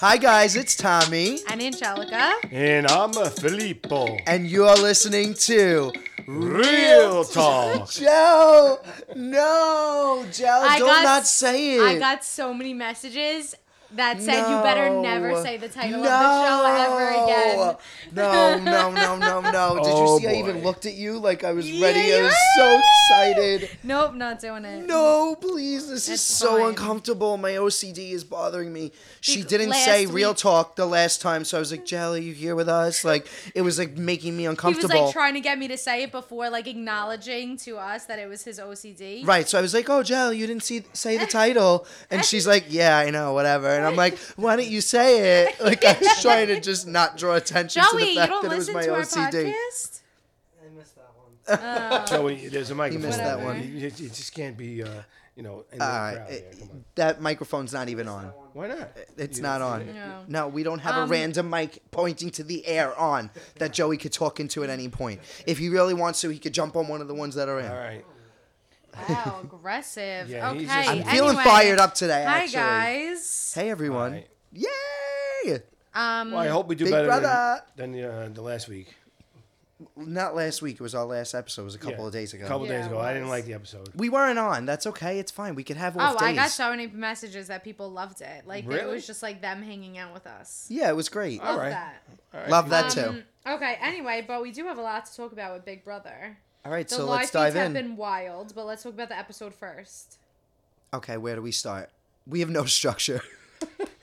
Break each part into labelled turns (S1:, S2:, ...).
S1: Hi, guys, it's Tommy,
S2: I'm Angelica.
S3: And I'm a Filippo.
S1: and you're listening to
S3: Real talk.
S1: Joe. No, Joe,
S2: I
S1: don't
S2: got-
S1: not say it.
S2: I got so many messages that said you better never
S1: No.
S2: say the
S1: No.
S2: title of the show ever again.
S1: No, no, no, no, no. Did
S3: Oh,
S1: you see I even
S3: boy.
S1: looked at you like I was
S2: Yeah,
S1: ready? I
S2: you
S1: was
S2: were.
S1: so excited.
S2: Nope, not doing it.
S1: No, please. This is
S2: It's
S1: so
S2: fine.
S1: uncomfortable. My OCD is bothering me. She
S2: Bec-
S1: didn't
S2: last
S1: say real
S2: week-
S1: talk the last time, so I was like, Jell, are you here with us? Like, it was like making me
S2: He was
S1: uncomfortable.
S2: like trying to get me to say it before like acknowledging to us that it was his OCD.
S1: Right, so I was like, "Oh, Jell, you didn't see say the title," and she's like, "Yeah, I know, whatever." And I'm like, "Why don't you say it?" Like I was trying to just not draw attention to
S2: Joey,
S1: the
S2: you
S1: fact
S2: don't
S1: that it was
S2: listen
S1: my
S2: to our
S1: OCD.
S2: podcast?
S4: I missed that one.
S3: Joey, there's a microphone.
S1: missed
S2: that one.
S3: You, you- you just can't be, uh, you know, in the
S1: All right,
S3: crowd.
S1: it-
S3: there. Come on.
S1: that microphone's not even on.
S3: Why not?
S1: It's
S3: You-
S1: not on.
S2: No. Um,
S1: No, we don't have a random mic pointing to the air on that Joey could talk into at any point. If he really wants to, he could jump on one of the ones that are in.
S3: All right.
S2: Wow, aggressive.
S3: Yeah,
S2: okay.
S3: he's just-
S1: I'm
S2: anyway.
S1: feeling fired up today.
S2: Hi
S1: actually.
S2: guys.
S1: Hey everyone.
S3: All right.
S1: Yay!
S2: Um
S3: Well, I hope we do
S1: Big
S3: better than-
S1: brother.
S3: than, the, uh, the last week.
S1: Not last week. It was our last episode. It was a couple
S3: Yeah.
S1: of days ago.
S3: couple
S2: Yeah,
S3: days
S2: it
S3: ago. I didn't
S2: was.
S3: like the episode.
S1: We weren't on. That's okay. It's fine. We could have off
S2: Oh,
S1: days.
S2: I got so many messages that people loved it. Like it
S3: Really?
S2: was just like them hanging out with us.
S1: Yeah, it was great.
S3: All
S2: Love
S3: right.
S2: that.
S3: All right.
S1: Love that too.
S2: Um, okay, anyway, but we do have a lot to talk about with Big Brother.
S1: All right,
S2: The
S1: so
S2: live
S1: let's dive
S2: feeds
S1: in.
S2: have been wild, but let's talk about the episode first.
S1: Okay, where do we start? We have no structure.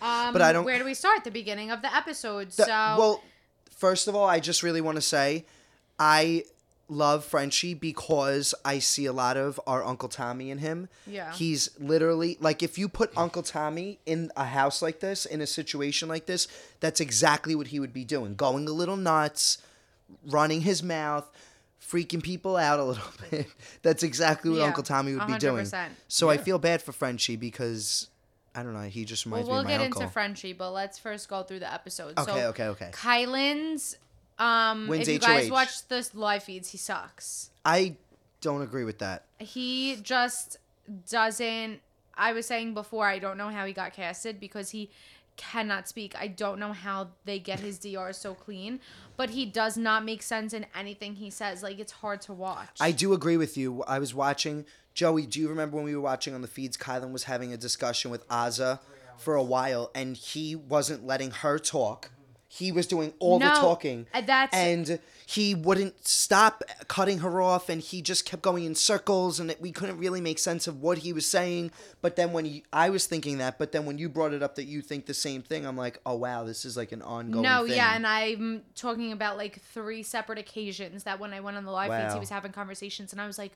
S2: Um,
S1: But I don't-
S2: Where do we start? The beginning of the episode.
S1: The-
S2: so
S1: well, first of all, I just really want to say I love Frenchie because I see a lot of our Uncle Tommy in him.
S2: Yeah.
S1: He's literally like if you put Uncle Tommy in a house like this, in a situation like this, that's exactly what he would be doing. Going a little nuts, running his mouth, freaking people out a little bit. That's exactly what
S2: Yeah,
S1: Uncle Tommy would be doing.
S2: 100%.
S1: So I feel bad for Frenchie because I don't know, he just
S2: Well,
S1: reminds
S2: we'll
S1: me of
S2: get
S1: my uncle.
S2: into Frenchie, but let's first go through the episode.
S1: Okay,
S2: so,
S1: okay, okay.
S2: Kylan's. Um,
S1: Wins
S2: if you guys
S1: HOH.
S2: watch the live feeds, he sucks.
S1: I don't agree with that.
S2: He just doesn't. I was saying before, I don't know how he got casted because he cannot speak. I don't know how they get his DR so clean, but he does not make sense in anything he says. Like it's hard to watch.
S1: I do agree with you. I was watching Joey. Do you remember when we were watching on the feeds? Kylan was having a discussion with Aza for a while, and he wasn't letting her talk. He was doing all the
S2: No,
S1: talking,
S2: uh, that's-
S1: and he wouldn't stop cutting her off, and he just kept going in circles, and it, we couldn't really make sense of what he was saying. But then when you, I was thinking that, but then when you brought it up that you think the same thing, I'm like, oh wow, this is like an ongoing.
S2: No,
S1: thing.
S2: yeah, and I'm talking about like three separate occasions that when I went on the live
S1: Wow.
S2: feeds, he was having conversations, and I was like,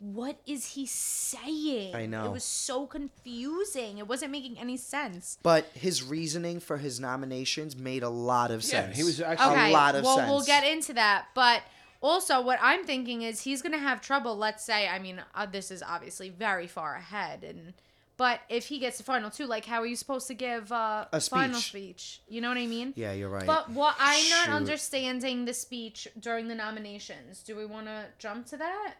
S2: "What is he saying?"
S1: I know.
S2: it was so confusing. It wasn't making any sense.
S1: But his reasoning for his nominations made a lot of
S3: Yeah,
S1: sense.
S3: he was actually.
S2: Okay,
S1: lot of
S2: well, we'll
S1: sense.
S2: get into that, but. Also, what I'm thinking is he's gonna have trouble. Let's say, I mean, uh, this is obviously very far ahead, and but if he gets the final two, like, how are you supposed to give uh,
S1: A
S2: final
S1: speech.
S2: speech? You know what I mean?
S1: Yeah, you're right.
S2: But what I'm not
S1: Shoot.
S2: understanding the speech during the nominations. Do we want to jump to that?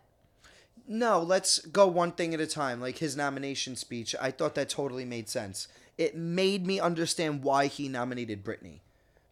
S1: no, let's go one thing at a time. Like his nomination speech, I thought that totally made sense. It made me understand why he nominated Britney.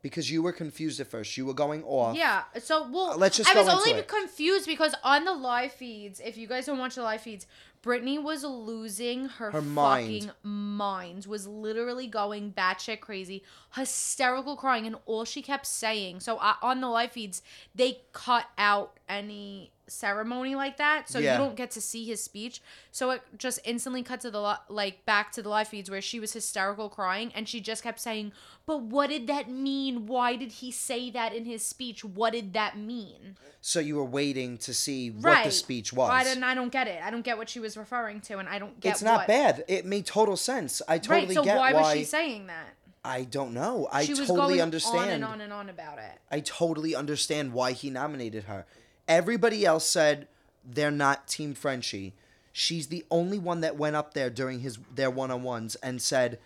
S1: Because you were confused at first. You were going off.
S2: Yeah. So well,
S1: Let's just
S2: I
S1: go
S2: was
S1: into
S2: only
S1: it.
S2: confused because on the live feeds, if you guys don't watch the live feeds, Brittany was losing her,
S1: Her mind.
S2: fucking mind. Was literally going batshit crazy, hysterical crying, and all she kept saying. So I, on the live feeds, they cut out any ceremony like that, so
S1: Yeah.
S2: you don't get to see his speech. So it just instantly cut to the li- like back to the live feeds where she was hysterical crying, and she just kept saying, "But what did that mean? Why did he say that in his speech? What did that mean?"
S1: So you were waiting to see what the
S2: Right.
S1: speech was.
S2: I don't. I don't get it. I don't get what she was referring to, and I don't get.
S1: it's not
S2: what-
S1: bad. It made total sense. I totally
S2: right. So
S1: get
S2: why,
S1: why.
S2: was she saying that?
S1: I don't know. I
S2: she was
S1: totally
S2: going
S1: understand.
S2: on and on and on about it.
S1: I totally understand why he nominated her. Everybody else said they're not Team Frenchie. She's the only one that went up there during his their one on ones and said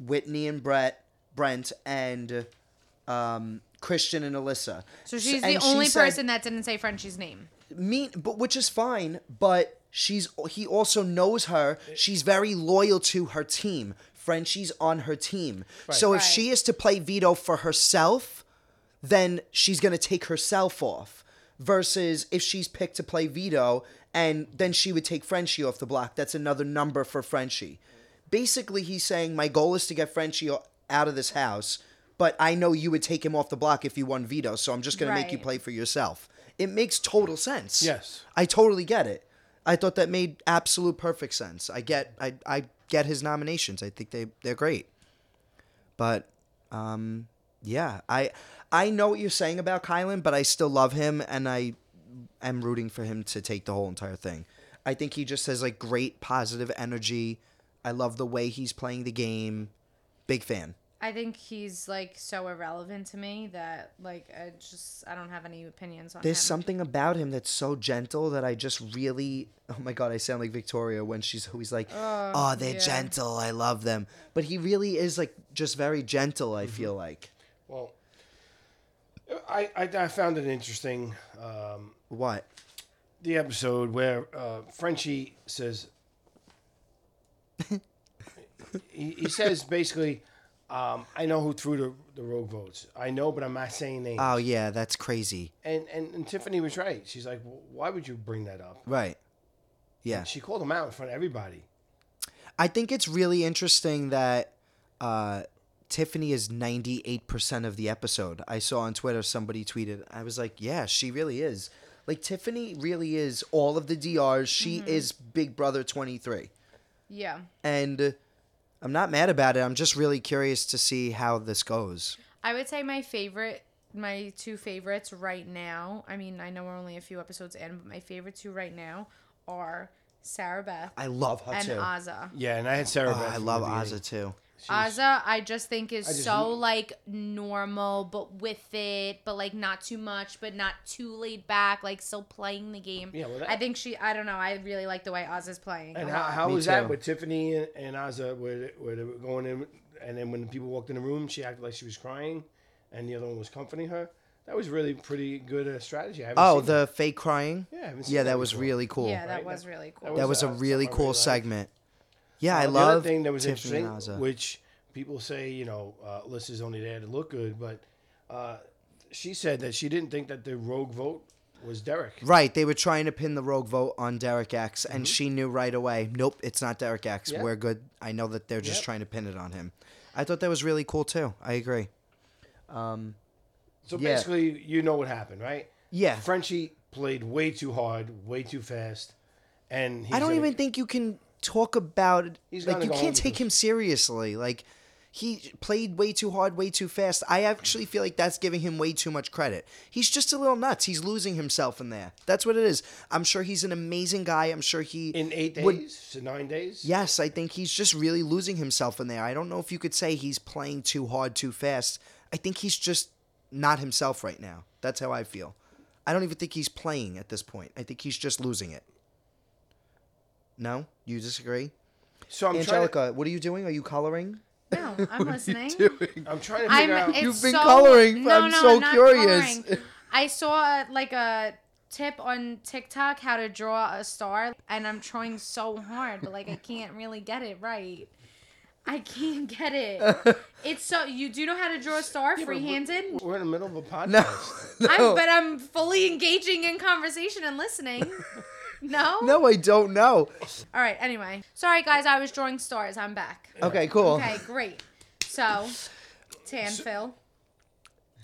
S1: Whitney and Brett, Brent and um, Christian and Alyssa.
S2: So she's
S1: and
S2: the
S1: she
S2: only
S1: said-
S2: person that didn't say Frenchie's name.
S1: mean, but which is fine. But she's he also knows her. She's very loyal to her team. Frenchie's on her team. So if
S2: Right.
S1: she is to play Vito for herself, then she's gonna take herself off. Versus if she's picked to play Vito, and then she would take Frenchie off the block. That's another number for Frenchie. Basically, he's saying my goal is to get Frenchie o- out of this house, but I know you would take him off the block if you won Vito, so I'm just gonna make you
S2: Right.
S1: play for yourself. It makes total sense.
S3: Yes.
S1: I totally get it. I thought that made absolute perfect sense. I get I I get his nominations. I think they they're great. But um yeah, I I know what you're saying about Kylan, but I still love him and I am rooting for him to take the whole entire thing. I think he just has like great positive energy. I love the way he's playing the game. Big fan.
S2: I think he's like so irrelevant to me that like I just I don't have any opinions on
S1: There's
S2: him.
S1: something about him that's so gentle that I just really. Oh my god, I sound like Victoria when she's always like, "Oh, they're
S2: yeah.
S1: gentle. I love them." But he really is like just very gentle. I feel like.
S3: Well, I, I, I found it interesting um,
S1: What?
S3: the episode where uh, Frenchie says he, he says basically, um, "I know who threw the, the rogue votes. I know, but I'm not saying names."
S1: Oh yeah, that's crazy.
S3: and, and and Tiffany was right. She's like, well, "Why would you bring that up?"
S1: Right. Yeah.
S3: She called him out in front of everybody.
S1: I think it's really interesting that uh, Tiffany is 98% of the episode. I saw on Twitter somebody tweeted. I was like, yeah, she really is. Like Tiffany really is all of the DRs. She is Big Brother 23.
S2: yeah.
S1: and I'm not mad about it. I'm just really curious to see how this goes.
S2: I would say my favorite, my two favorites right now. I mean, I know we're only a few episodes in, but my favorite two right now are Sarah Beth
S1: I love her
S2: and
S1: too.
S2: Azza.
S3: Yeah, and I had Sarah.
S1: Oh,
S3: Beth
S1: I
S3: from
S1: love
S3: the beginning.
S1: Azza too.
S2: Azza, I just think is
S3: just-
S2: so like normal, but with it, but like not too much, but not too laid back, like still playing the game.
S3: Yeah, well, that-
S2: I think she. I don't know. I really like the way Azza's playing.
S3: And
S2: a
S3: how,
S2: lot.
S3: how
S1: Me
S3: was that
S1: too.
S3: with Tiffany and, and Azza, where, they- where they were going in, and then when the people walked in the room, she acted like she was crying, and the other one was comforting her. That was really pretty good uh, strategy. I haven't
S1: Oh,
S3: seen
S1: the fake crying.
S3: Yeah, I haven't seen
S1: Yeah,
S3: that
S1: that was
S3: before.
S1: really cool.
S2: yeah, that
S3: right?
S2: was
S3: That-
S2: really
S3: that
S2: cool.
S1: that was a
S3: uh,
S1: really
S3: something I
S1: cool
S3: really liked.
S1: segment. Yeah, I
S3: Uh, the
S1: love
S3: other thing that was
S1: Tiffany and
S3: interesting,
S1: Azza.
S3: which people say, you know, uh, Alyssa's only there to look good, but uh, she said that she didn't think that the rogue vote was Derek.
S1: Right, they were trying to pin the rogue vote on Derek X, and she knew right away. Nope, it's not Derek X.
S3: Mm-hmm. Yeah.
S1: We're good. I know that they're just
S3: Yep.
S1: trying to pin it on him. I thought that was really cool too. I agree.
S3: So
S1: Yeah.
S3: basically, you know what happened, right?
S1: Yeah,
S3: Frenchie played way too hard, way too fast, and he's
S1: I don't
S3: gonna-
S1: even think you can talk about it.
S3: He's
S1: like
S3: gonna
S1: you
S3: go home
S1: can't take
S3: with
S1: him seriously. Like he played way too hard, way too fast. I actually feel like that's giving him way too much credit. He's just a little nuts. He's losing himself in there. That's what it is. I'm sure he's an amazing guy. I'm sure he
S3: in eight days
S1: would-
S3: to nine days.
S1: Yes, I think he's just really losing himself in there. I don't know if you could say he's playing too hard, too fast. I think he's just not himself right now. That's how I feel. I don't even think he's playing at this point. I think he's just losing it. No? You disagree?
S3: So I'm
S1: Angelica, what are you doing? Are you coloring?
S2: No, I'm listening.
S3: trying. To, I'm trying to
S2: I'm.
S3: figure out.
S2: it's
S1: You've been
S2: so-
S1: coloring.
S2: No,
S1: I'm
S2: no,
S1: so
S2: I'm not
S1: curious.
S2: coloring. I saw like a tip on TikTok how to draw a star, and I'm trying so hard, but like I can't really get it right. I can't get it. It's so you do know how to draw a star
S3: Yeah, but
S2: free-handed,
S3: We're, we're in the middle of a podcast.
S1: No.
S2: I'm,
S1: no.
S2: but I'm fully engaging in conversation and listening. No.
S1: no, I don't know.
S2: All right. Anyway, sorry guys, I was drawing stars. I'm back.
S1: Okay, cool.
S2: Okay, great. So, Tan Phil.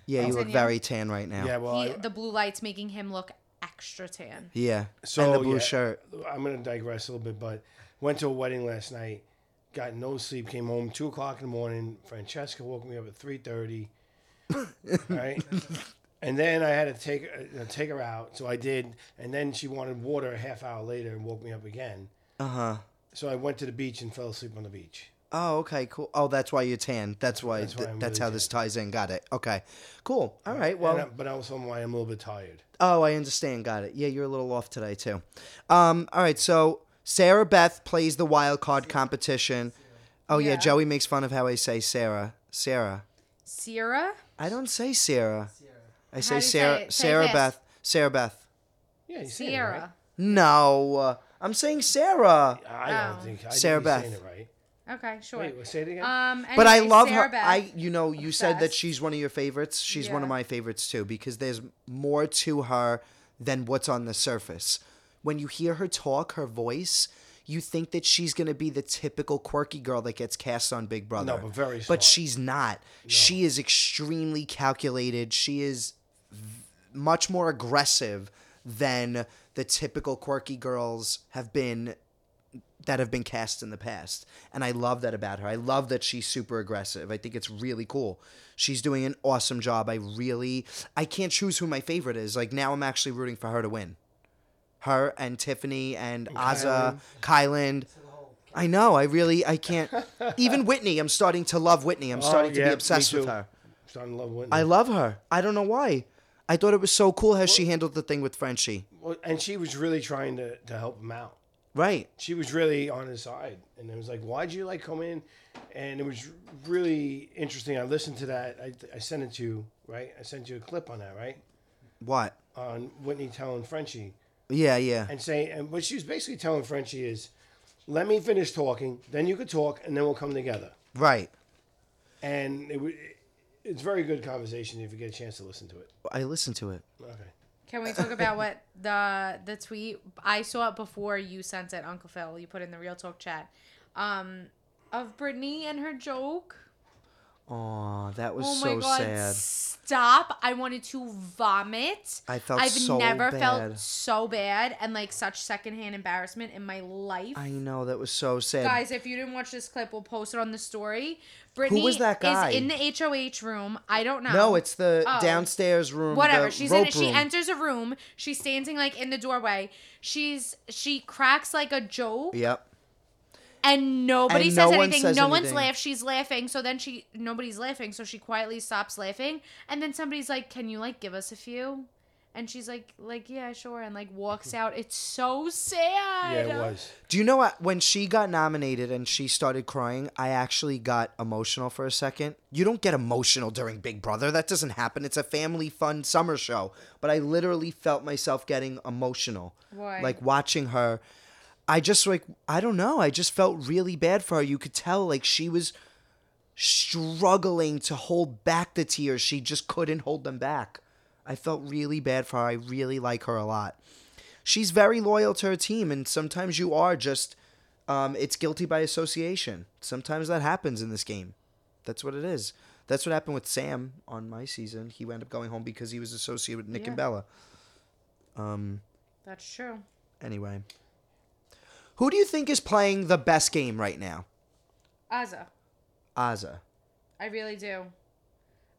S1: Yeah, you look
S2: Continue.
S1: very tan right now.
S3: Yeah,
S1: Yeah.
S3: well,
S2: He,
S3: I-
S2: the blue light's making him look extra tan.
S3: so
S1: and the blue
S3: yeah,
S1: shirt.
S3: I'm gonna digress a little bit, but went to a wedding last night. Got no sleep. Came home two o'clock in the morning. Francesca woke me up at three thirty. right, and then I had to take uh, take her out, so I did. And then she wanted water a half hour later and woke me up again.
S1: Uh huh.
S3: So I went to the beach and fell asleep on the beach.
S1: Oh, okay, cool. Oh, that's why you're tan. That's why. That's,
S3: why I'm
S1: that's how
S3: really
S1: this ties in. Got it. Okay, cool. All right.
S3: Well,
S1: Well.
S3: but also why I'm a little bit tired.
S1: Oh, I understand. Got it. Yeah, you're a little off today too. Um. All right. So Sarah Beth plays the wild card competition. Oh yeah.
S2: Yeah.
S1: Joey makes fun of how I say Sarah. Sarah.
S2: Sierra.
S1: I don't say Sarah. I
S2: do
S1: say
S2: you say
S1: Sarah.
S2: it? Say
S1: Sarah
S2: this.
S1: Beth. Sarah Beth.
S3: Yeah, you seen it,
S2: Sierra.
S1: No, I'm saying Sarah.
S3: right? I don't
S2: Oh.
S3: think I
S1: Sarah
S3: Sarah Beth. Saying
S1: Beth.
S3: it right.
S2: Okay, sure.
S3: Wait, say it again.
S2: um,
S1: But I
S2: anyway,
S1: love
S2: Sarah
S1: her.
S2: Beth.
S1: I, you know, you said that
S2: Obsessed.
S1: she's one of your favorites. She's one of
S2: Yeah.
S1: my favorites too because there's more to her than what's on the surface. When you hear her talk, her voice, you think that she's gonna be the typical quirky girl that gets cast on Big Brother.
S3: but very smart.
S1: But she's not. She is extremely calculated. She is v- much more aggressive than the typical quirky girls have been that have been cast in the past. And I love that about her. I love that she's super aggressive. I think it's really cool. She's doing an awesome job. I really I can't choose who my favorite is. Like now I'm actually rooting for her to win. Her and Tiffany and, Azza, Kylan. I know. I really I can't even Whitney. I'm starting to love Whitney. I'm starting to
S3: Oh, yeah,
S1: be
S3: me
S1: obsessed with
S3: too.
S1: her.
S3: Starting to love
S1: I
S3: Whitney.
S1: love her. I don't know why. I thought it was so cool how she handled the thing with Frenchie.
S3: Well, and she was really trying to, to help him out.
S1: Right.
S3: She was really on his side, and it was like, "Why'd you like come in?" And it was really interesting. I listened to that. I, I sent it to you, right? I sent you a clip on that, right?
S1: What?
S3: On Whitney telling Frenchie
S1: Yeah, yeah.
S3: and saying, and what she was basically telling Frenchie is, "Let me finish talking, then you could talk, and then we'll come together."
S1: Right.
S3: And it, wa- it's very good conversation if you get a chance to listen to it.
S1: I listened to it.
S3: Okay.
S2: Can we talk about what the the tweet I saw it before you sent it, Uncle Phil. You put in the Real Talk chat um, of Brittany and her joke.
S1: Oh, that was
S2: Oh
S1: so
S2: my god!
S1: sad.
S2: Stop! I wanted to vomit.
S1: I felt
S2: I've
S1: so
S2: never
S1: bad.
S2: felt so bad and like such secondhand embarrassment in my life.
S1: I know that was so sad.
S2: Guys, if you didn't watch this clip, we'll post it on the story. Brittany
S1: was that guy?
S2: is in the HOH room. I don't know.
S1: no, it's the
S2: Oh.
S1: downstairs room.
S2: whatever
S1: the
S2: she's in
S1: rope
S2: it she
S1: room.
S2: enters a room she's standing like in the doorway she's she cracks like a joke
S1: Yep.
S2: and nobody
S1: And
S2: says
S1: no one
S2: anything
S1: says
S2: no one's
S1: anything.
S2: laughed she's laughing so then she nobody's laughing so she quietly stops laughing and then somebody's like can you like give us a few and she's like like yeah sure and like walks out it's so
S3: Yeah,
S2: sad
S3: it was.
S1: Do you know what? When she got nominated and she started crying, I actually got emotional for a second. You don't get emotional during Big Brother. That doesn't happen. It's a family fun summer show. But I literally felt myself getting emotional.
S2: Why?
S1: Like watching her. I just like I don't know. I just felt really bad for her. You could tell like she was struggling to hold back the tears. She just couldn't hold them back. I felt really bad for her. I really like her a lot she's very loyal to her team, and sometimes you are just, um, it's guilty by association. Sometimes that happens in this game. That's what it is. That's what happened with Sam on my season. He wound up going home because he was associated with Nick
S2: Yeah.
S1: and Bella. Um.
S2: that's true
S1: Anyway, who do you think is playing the best game right now?
S2: Azza.
S1: Azza.
S2: I really do.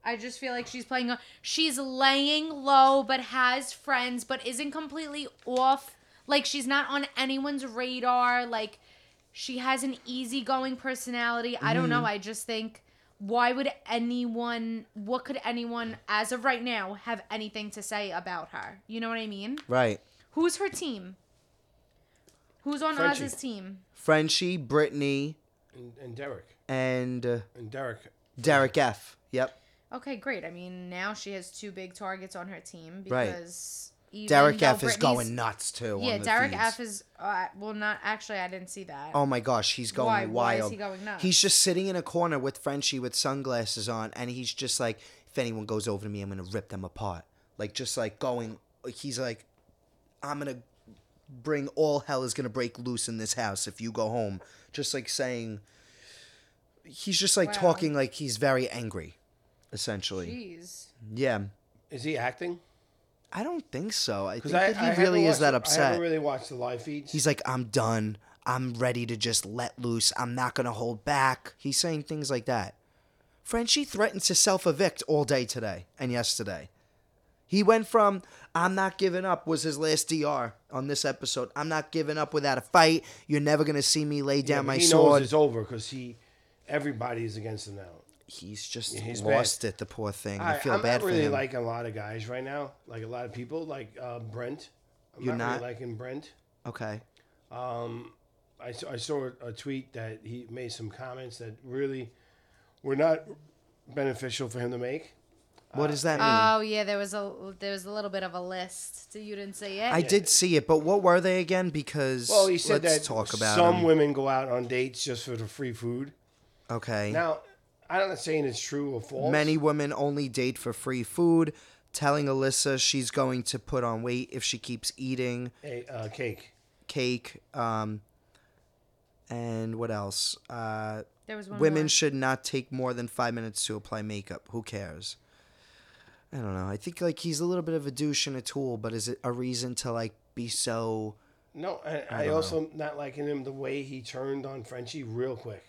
S2: I just feel like she's playing. A, she's laying low, but has friends, but isn't completely off. Like she's not on anyone's radar. Like she has an easygoing personality. I don't know. I just think, why would anyone? What could anyone, as of right now, have anything to say about her? You know what I mean?
S1: Right.
S2: Who's her team? Who's on
S3: Frenchie.
S2: Oz's team?
S1: Frenchie, Brittany,
S3: And, and Derek.
S1: and uh,
S3: And Derek.
S1: Derek F. Yep.
S2: Okay, great. I mean, now she has two big targets on her team
S1: Right.
S2: because even
S1: Derek
S2: though
S1: F is
S2: Britney's-
S1: going nuts too.
S2: Yeah,
S1: on the
S2: Derek
S1: feeds.
S2: F is uh, well, not actually. I didn't see that.
S1: Oh my gosh, he's going
S2: Why?
S1: wild.
S2: Why is he going nuts?
S1: He's just sitting in a corner with Frenchie with sunglasses on, and he's just like, if anyone goes over to me, I'm gonna rip them apart. Like just like going, he's like, I'm gonna bring all hell is gonna break loose in this house if you go home. Just like saying, he's just like
S2: Wow.
S1: talking like he's very angry, essentially.
S2: Jeez.
S1: Yeah,
S3: Is he acting?
S1: I don't think so. I think
S3: Because I,
S1: that he
S3: I haven't
S1: really is
S3: watched-
S1: that
S3: I
S1: upset.
S3: haven't really watched the live feeds.
S1: He's like, I'm done. I'm ready to just let loose. I'm not going to hold back. He's saying things like that. Frenchie threatens to self evict all day today and yesterday. He went from, I'm not giving up, was his last DR on this episode. I'm not giving up without a fight. You're never going to see me lay
S3: Yeah,
S1: down
S3: but
S1: my
S3: he knows
S1: sword.
S3: it's over because he, everybody is against him now.
S1: He's just
S3: he's
S1: lost it, the poor thing. I, feel
S3: am
S1: bad
S3: not really
S1: for him.
S3: liking a lot of guys right now. Like a lot of people, like uh, Brent. I'm
S1: You're
S3: not,
S1: not?
S3: really liking Brent.
S1: okay.
S3: Um, I, saw- I saw a tweet that he made some comments that really were not beneficial for him to make.
S1: What does that mean?
S2: Oh yeah, there was a there was a little bit of a list. So you didn't see it.
S1: I did see it, but what were they again? Because
S3: Well, he said
S1: let's
S3: that
S1: talk about
S3: some
S1: 'em.
S3: women go out on dates just for the free food.
S1: Okay.
S3: Now, I'm not saying it's true or false.
S1: Many women only date for free food. Telling Alyssa she's going to put on weight if she keeps eating
S3: a, uh, cake.
S1: cake. Um, and what else? Uh,
S2: there was one
S1: women
S2: more.
S1: should not take more than five minutes to apply makeup. Who cares? I don't know. I think like he's a little bit of a douche and a tool, but is it a reason to like be so?
S3: No, I, I, also not liking him the way he turned on Frenchie real quick.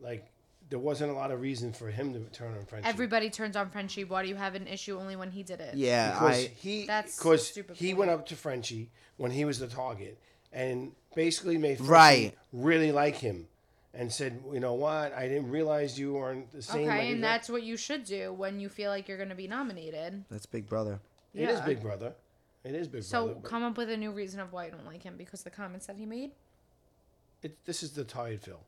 S3: Like there wasn't a lot of reason for him to turn on Frenchie.
S2: Everybody turns on Frenchie. Why do you have an issue only when he did it?
S1: Yeah,
S3: because
S1: I
S3: he
S2: That's a
S3: because
S2: stupid
S3: he
S2: point.
S3: went up to Frenchie when he was the target and basically made Frenchie
S1: Right.
S3: really like him and said, you know what, I didn't realize you weren't the same. like
S2: Okay,
S3: you
S2: and
S3: got-"
S2: that's what you should do when you feel like you're going to be nominated.
S1: that's Big Brother.
S3: it is
S2: yeah.
S3: Big Brother. It is Big
S2: So
S3: Brother. but
S2: come up with a new reason of why you don't like him because the comments that he made.
S3: it, this is the tired Phil.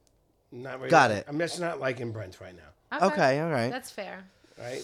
S3: Not right
S1: Got it.
S3: I'm just not liking Brent right now.
S1: Okay, all right.
S2: That's fair.
S3: Right?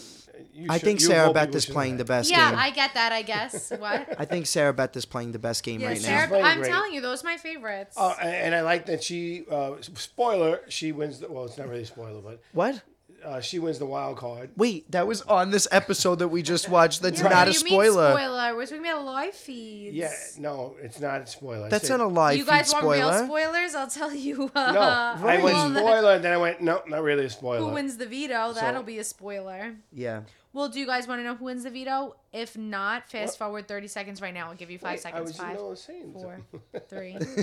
S3: You
S1: I
S3: should-
S1: think
S3: you
S1: Sarah
S3: hope
S1: Beth
S3: people
S1: is
S3: should
S1: playing the
S3: like-
S1: best
S2: Yeah,
S1: game. I,
S2: I get that. I guess what.
S1: think Sarah Beth is playing the best game
S3: Yeah,
S1: right
S2: Sarah,
S1: now.
S3: playing
S2: I'm
S3: great.
S2: telling you, those are my favorites.
S3: Oh, and and I like that she. Uh, spoiler: she wins. The, well, it's not really a spoiler, but
S1: What?
S3: uh, she wins the wild card.
S1: Wait, that was on this episode that we just watched. That's
S2: What
S1: not
S2: do
S1: a
S2: you mean
S1: spoiler.
S2: spoiler. We're talking about live feeds.
S3: Yeah, no, it's not a spoiler. I
S1: That's
S3: said-
S1: not a live
S2: You guys
S1: feed
S2: want
S1: spoiler.
S2: real spoilers? I'll tell you. Uh,
S3: No, I went
S2: all the-
S3: spoiler, and then I went no, not really a spoiler.
S2: Who wins the veto? That'll be a spoiler.
S1: yeah.
S2: Well, do you guys want to know who wins the veto? If not, fast forward 30 seconds right now. I'll give you five
S3: Wait, I
S2: seconds.
S3: was
S2: Five,
S3: in the middle of saying
S2: four,
S3: something.
S2: three,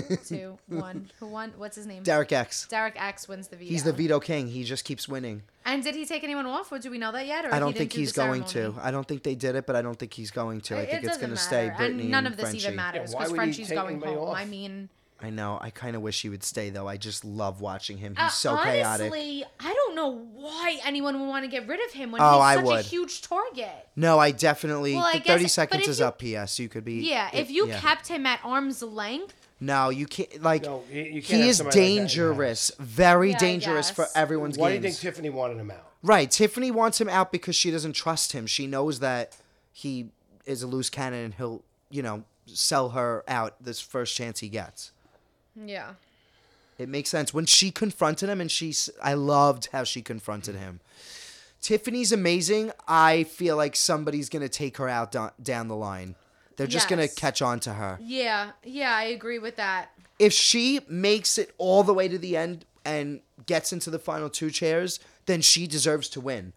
S2: two, one. Who won? What's his name?
S1: Derek X.
S2: Derek X wins the veto.
S1: He's the veto king. He just keeps winning.
S2: And did he take anyone off? Or do we know that yet? Or
S1: I
S2: he
S1: don't
S2: didn't
S1: think
S2: do the
S1: he's going to.
S2: ceremony?
S1: I don't think they did it, but I don't think he's going to. I
S2: It-
S1: think
S2: it
S1: it's going to
S2: doesn't
S1: stay
S2: matter.
S1: Brittany
S2: and none of this
S1: Frenchie.
S2: even matters
S3: why
S2: because
S3: would he
S2: Frenchie's
S3: take
S2: going
S3: anybody
S2: home.
S3: off?
S2: I mean,
S1: I know. I kind of wish he would stay though. I just love watching him. He's
S2: uh,
S1: so
S2: honestly,
S1: chaotic.
S2: I don't know why anyone would want to get rid of him when
S1: Oh,
S2: he's
S1: I
S2: such
S1: would.
S2: a huge target.
S1: No, I definitely.
S2: Well, I
S1: the
S2: guess-
S1: Thirty
S2: but
S1: seconds
S2: if
S1: is
S2: you-
S1: up. P.S. You could be.
S2: Yeah,
S1: it-
S2: if you
S1: yeah.
S2: kept him at arm's length,
S1: No, you can't. Like
S3: No, you- you can't
S1: he
S3: have
S1: is
S3: somebody like that in your house.
S1: dangerous, very
S2: Yeah, I
S1: dangerous for
S2: guess.
S1: everyone's
S3: Why do you
S1: games.
S3: think Tiffany wanted him out?
S1: right, Tiffany wants him out because she doesn't trust him. She knows that he is a loose cannon and he'll, you know, sell her out this first chance he gets.
S2: yeah.
S1: It makes sense when she confronted him, and she. s- I loved how she confronted him. Tiffany's amazing. I feel like somebody's gonna take her out do- down the line. They're just gonna
S2: Yes.
S1: catch on to her.
S2: Yeah, yeah, I agree with that.
S1: if she makes it all the way to the end and gets into the final two chairs, then she deserves to win.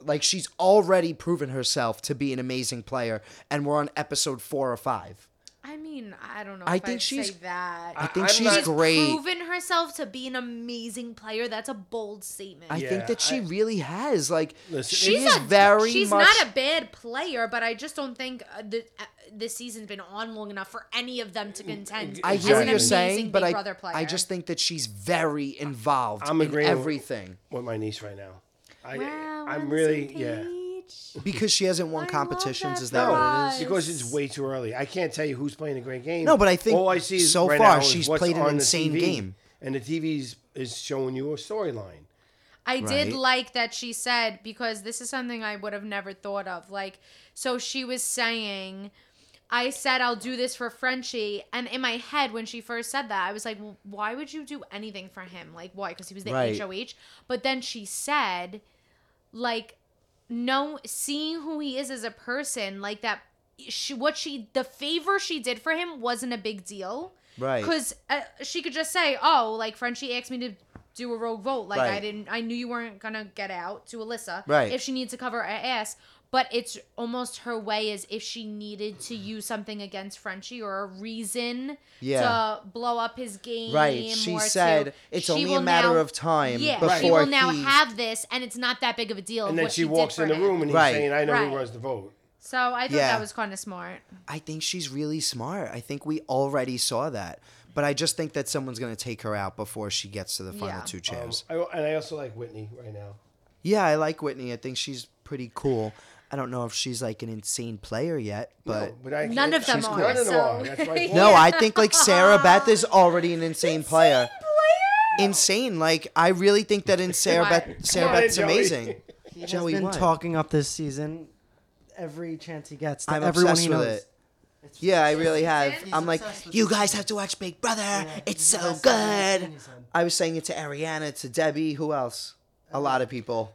S1: Like she's already proven herself to be an amazing player, and we're on episode four or five.
S2: I mean, I don't know.
S1: I
S2: if
S1: think
S2: I'd
S1: she's-
S2: say that.
S1: I think
S3: I'm
S1: she's
S3: not-
S2: She's
S1: great.
S2: proven herself to be an amazing player. That's a bold statement.
S1: I
S3: Yeah,
S1: think that she
S3: I-
S1: really has. Like
S3: Listen,
S1: she
S3: She's
S1: is
S2: a-
S1: very
S2: She's
S1: much.
S2: not a bad player, but I just don't think uh, the uh, this season's been on long enough for any of them to
S3: Mm,
S2: contend.
S1: I
S2: as
S1: hear
S2: an
S1: what you're
S2: amazing
S1: saying,
S2: Big
S1: but I,
S2: Brother player.
S1: I just think that she's very involved
S3: I'm
S1: in
S3: agreeing with-
S1: everything
S3: With my niece right now. I,
S2: Wow, we're on
S3: I'm
S2: the
S3: really
S2: same
S3: yeah.
S2: page.
S1: because she hasn't won
S2: I love
S1: competitions.
S2: that
S1: Is that
S2: for
S1: what it is?
S2: us.
S3: Because it's way too early. I can't tell you who's playing a great game.
S1: No, but I think
S3: all I see is
S1: so
S3: right
S1: far
S3: now is
S1: she's
S3: what's
S1: played an
S3: on the
S1: insane
S3: TV,
S1: game.
S3: and the TV's is showing you a storyline.
S2: I
S1: Right.
S2: did like that she said because this is something I would have never thought of. Like, so she was saying, I said I'll do this for Frenchie, and in my head when she first said that, I was like, well, why would you do anything for him? Like, why? Because he was the
S1: Right.
S2: HOH. But then she said, like, no, seeing who he is as a person, like that. She, what she the favor she did for him wasn't a big deal
S1: Right.
S2: because uh, she could just say, "Oh, like Frenchie asked me to do a rogue vote. Like I
S1: Right.
S2: didn't. I knew you weren't gonna get out to Alyssa.
S1: Right.
S2: If she needs to cover her ass." But it's almost her way as if she needed to use something against Frenchie or a reason
S1: Yeah.
S2: to blow up his game.
S1: Right. She
S2: or to-
S1: said it's
S2: she
S1: only a
S2: will
S1: matter
S2: now-
S1: of time
S2: Yeah,
S1: before
S2: she will now
S1: he-
S2: have this, and it's not that big of a deal. of
S3: And then
S2: what
S3: she,
S2: did
S3: walks
S2: for
S3: in the
S2: him.
S3: room and he's
S1: Right.
S3: saying, "I know
S2: Right.
S3: who runs the vote."
S2: So I thought
S1: Yeah.
S2: that was kind of smart.
S1: I think she's really smart. I think we already saw that. But I just think that someone's going to take her out before she gets to the final
S2: Yeah.
S1: two
S3: Um,
S1: chairs.
S3: I, and I also like Whitney right now.
S1: yeah, I like Whitney. I think she's pretty cool. I don't know if she's like an insane player yet, but
S3: No, Oh, but I
S2: None
S3: can't-
S2: of them
S3: she's-
S2: are,
S3: None of them
S2: so-
S3: are. That's my point.
S1: no, I think like Sarah Beth is already an insane player.
S2: Player.
S1: Insane. Like I really think that in Sarah
S2: Right.
S1: Beth Sarah
S3: Come on,
S1: Beth's
S3: Joey.
S1: amazing.
S4: He has
S1: Joey,
S4: been
S1: why?
S4: talking up this season every chance he gets. To
S1: I'm
S4: everyone
S1: obsessed
S4: he
S1: with
S4: knows.
S1: it. Yeah, I really have.
S2: He's
S1: I'm like,
S4: obsessed with
S1: you
S4: it.
S1: guys have to watch Big Brother.
S4: Yeah,
S1: it's
S4: he's the
S1: so
S4: best thing I've
S1: good.
S4: seen, he said.
S1: I was saying it to Ariana, to Debbie, who else? A lot of people.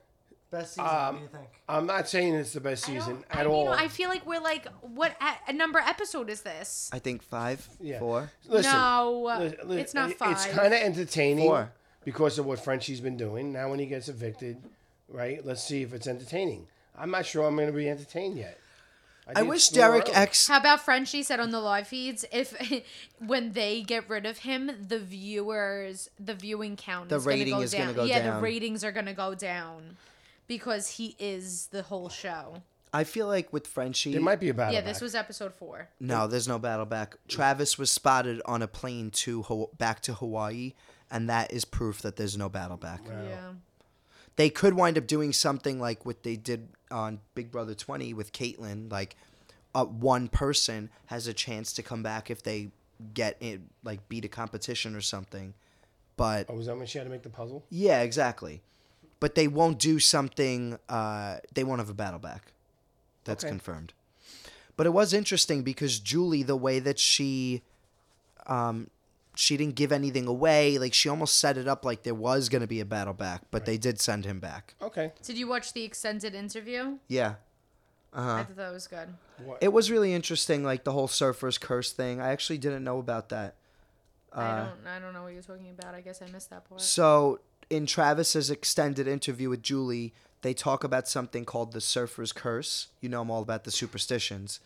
S4: Best season.
S3: Um,
S4: what do you think?
S3: I'm not saying it's the best
S2: I don't-
S3: season
S2: I
S3: at
S2: mean,
S3: all.
S2: I feel like we're like, what a, number episode is this?
S1: I think five,
S3: Yeah.
S1: four.
S3: Listen,
S2: no,
S3: li- li-
S2: it's not
S3: it-
S2: five.
S3: It's kind of entertaining
S1: Four.
S3: because of what Frenchie's been doing. Now, when he gets evicted, right? Let's see if it's entertaining. I'm not sure I'm going to be entertained yet.
S1: I
S3: think
S1: wish
S3: it's a little
S1: Derek
S3: early.
S1: X.
S2: How about Frenchie said on the live feeds if when they get rid of him, the viewers, the viewing count,
S1: The
S2: is gonna
S1: rating
S2: go
S1: is
S2: down.
S1: gonna go
S2: yeah,
S1: down.
S2: the ratings are gonna go down because he is the whole show.
S1: I feel like with Frenchie.
S3: It might be a battle.
S2: yeah, this
S3: back.
S2: was episode four.
S1: No, there's no battle back. Travis was spotted on a plane to Haw- back to Hawaii, and that is proof that there's no battle back.
S2: Yeah,
S1: They could wind up doing something like what they did on Big Brother 20 with Caitlyn. Like, uh, one person has a chance to come back if they get it, like beat a competition or something. But
S3: Oh, was that when she had to make the puzzle?
S1: yeah, exactly. But they won't do something. Uh, they won't have a battle back. That's
S3: Okay.
S1: confirmed. But it was interesting because Julie, the way that she, um, she didn't give anything away. Like she almost set it up like there was gonna be a battle back, but they did send him back.
S3: Okay.
S2: Did you watch the extended interview?
S1: Yeah, Uh-huh.
S2: I thought that was good.
S3: What?
S1: it was really interesting. Like the whole surfers curse thing. I actually didn't know about that.
S2: I
S1: Uh,
S2: don't. I don't know what you're talking about. I guess I missed that part.
S1: So in Travis's extended interview with Julie, they talk about something called the surfer's curse. You know, I'm all about the superstitions,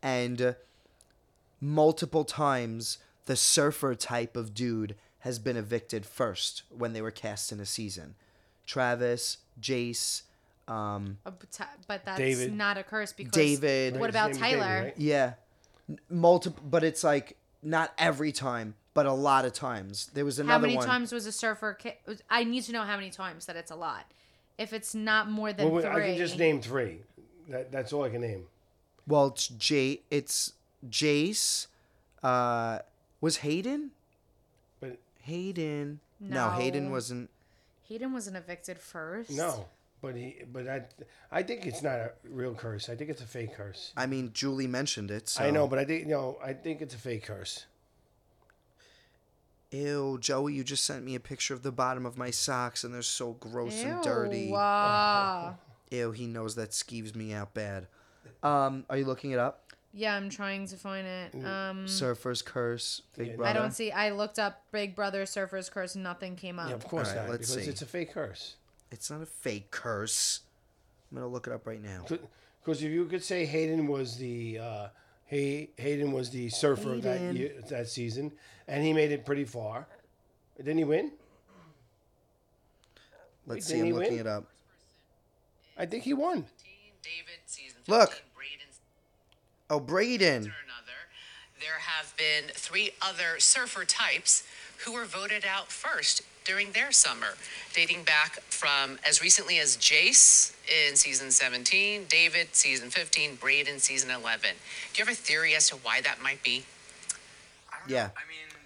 S1: and uh, multiple times the surfer type of dude has been evicted first when they were cast in a season. Travis, Jace, um,
S2: Uh, but Ty- But that's
S3: David.
S2: not a curse because
S1: David.
S2: What
S3: His
S2: about
S3: name is David,
S2: Tyler?
S3: right?
S1: Yeah. Multiple, but it's like not every time, but a lot of times. There was another
S2: How many
S1: one.
S2: times was a surfer? Ki- I need to know how many times that it's a lot. If it's not more than
S3: Well, wait,
S2: three,
S3: I can just name three. That, that's all I can name.
S1: Well, it's J. It's Jace. Uh, was Hayden?
S3: But
S1: Hayden. No, Hayden
S2: No.
S1: wasn't.
S2: Hayden wasn't evicted first.
S3: no. But he. But I. I think it's not a real curse. I think it's a fake curse.
S1: I mean, Julie mentioned it. So.
S3: I know, but I think no. I think it's a fake curse.
S1: Ew, Joey, you just sent me a picture of the bottom of my socks, and they're so gross and dirty.
S2: Ew, uh,
S1: Ew, he knows that skeeves me out bad. Um, are you looking it up?
S2: yeah, I'm trying to find it.
S3: Mm.
S2: Um,
S1: Surfer's curse, Big
S3: Yeah,
S1: Brother.
S2: I don't see. I looked up Big Brother Surfer's Curse. Nothing came up.
S3: Yeah, of course
S1: All right,
S3: not.
S1: let's
S3: because
S1: see.
S3: it's a fake curse.
S1: It's not a fake curse. I'm gonna look it up right now.
S3: Because if you could say Hayden was the uh, Hay, Hayden was the surfer of that
S1: Hayden.
S3: year, that season, and he made it pretty far. Didn't he win?
S1: Let's
S3: did
S1: see. I'm
S3: he
S1: looking
S3: win?
S1: it up.
S3: I think he won.
S5: David, season 15,
S1: Look.
S5: Braden's
S1: Oh, Braden.
S5: or another. There have been three other surfer types who were voted out first during their summer, dating back from as recently as Jace in season 17, David season 15, Braden season 11. Do you have a theory as to why that might be?
S1: Yeah.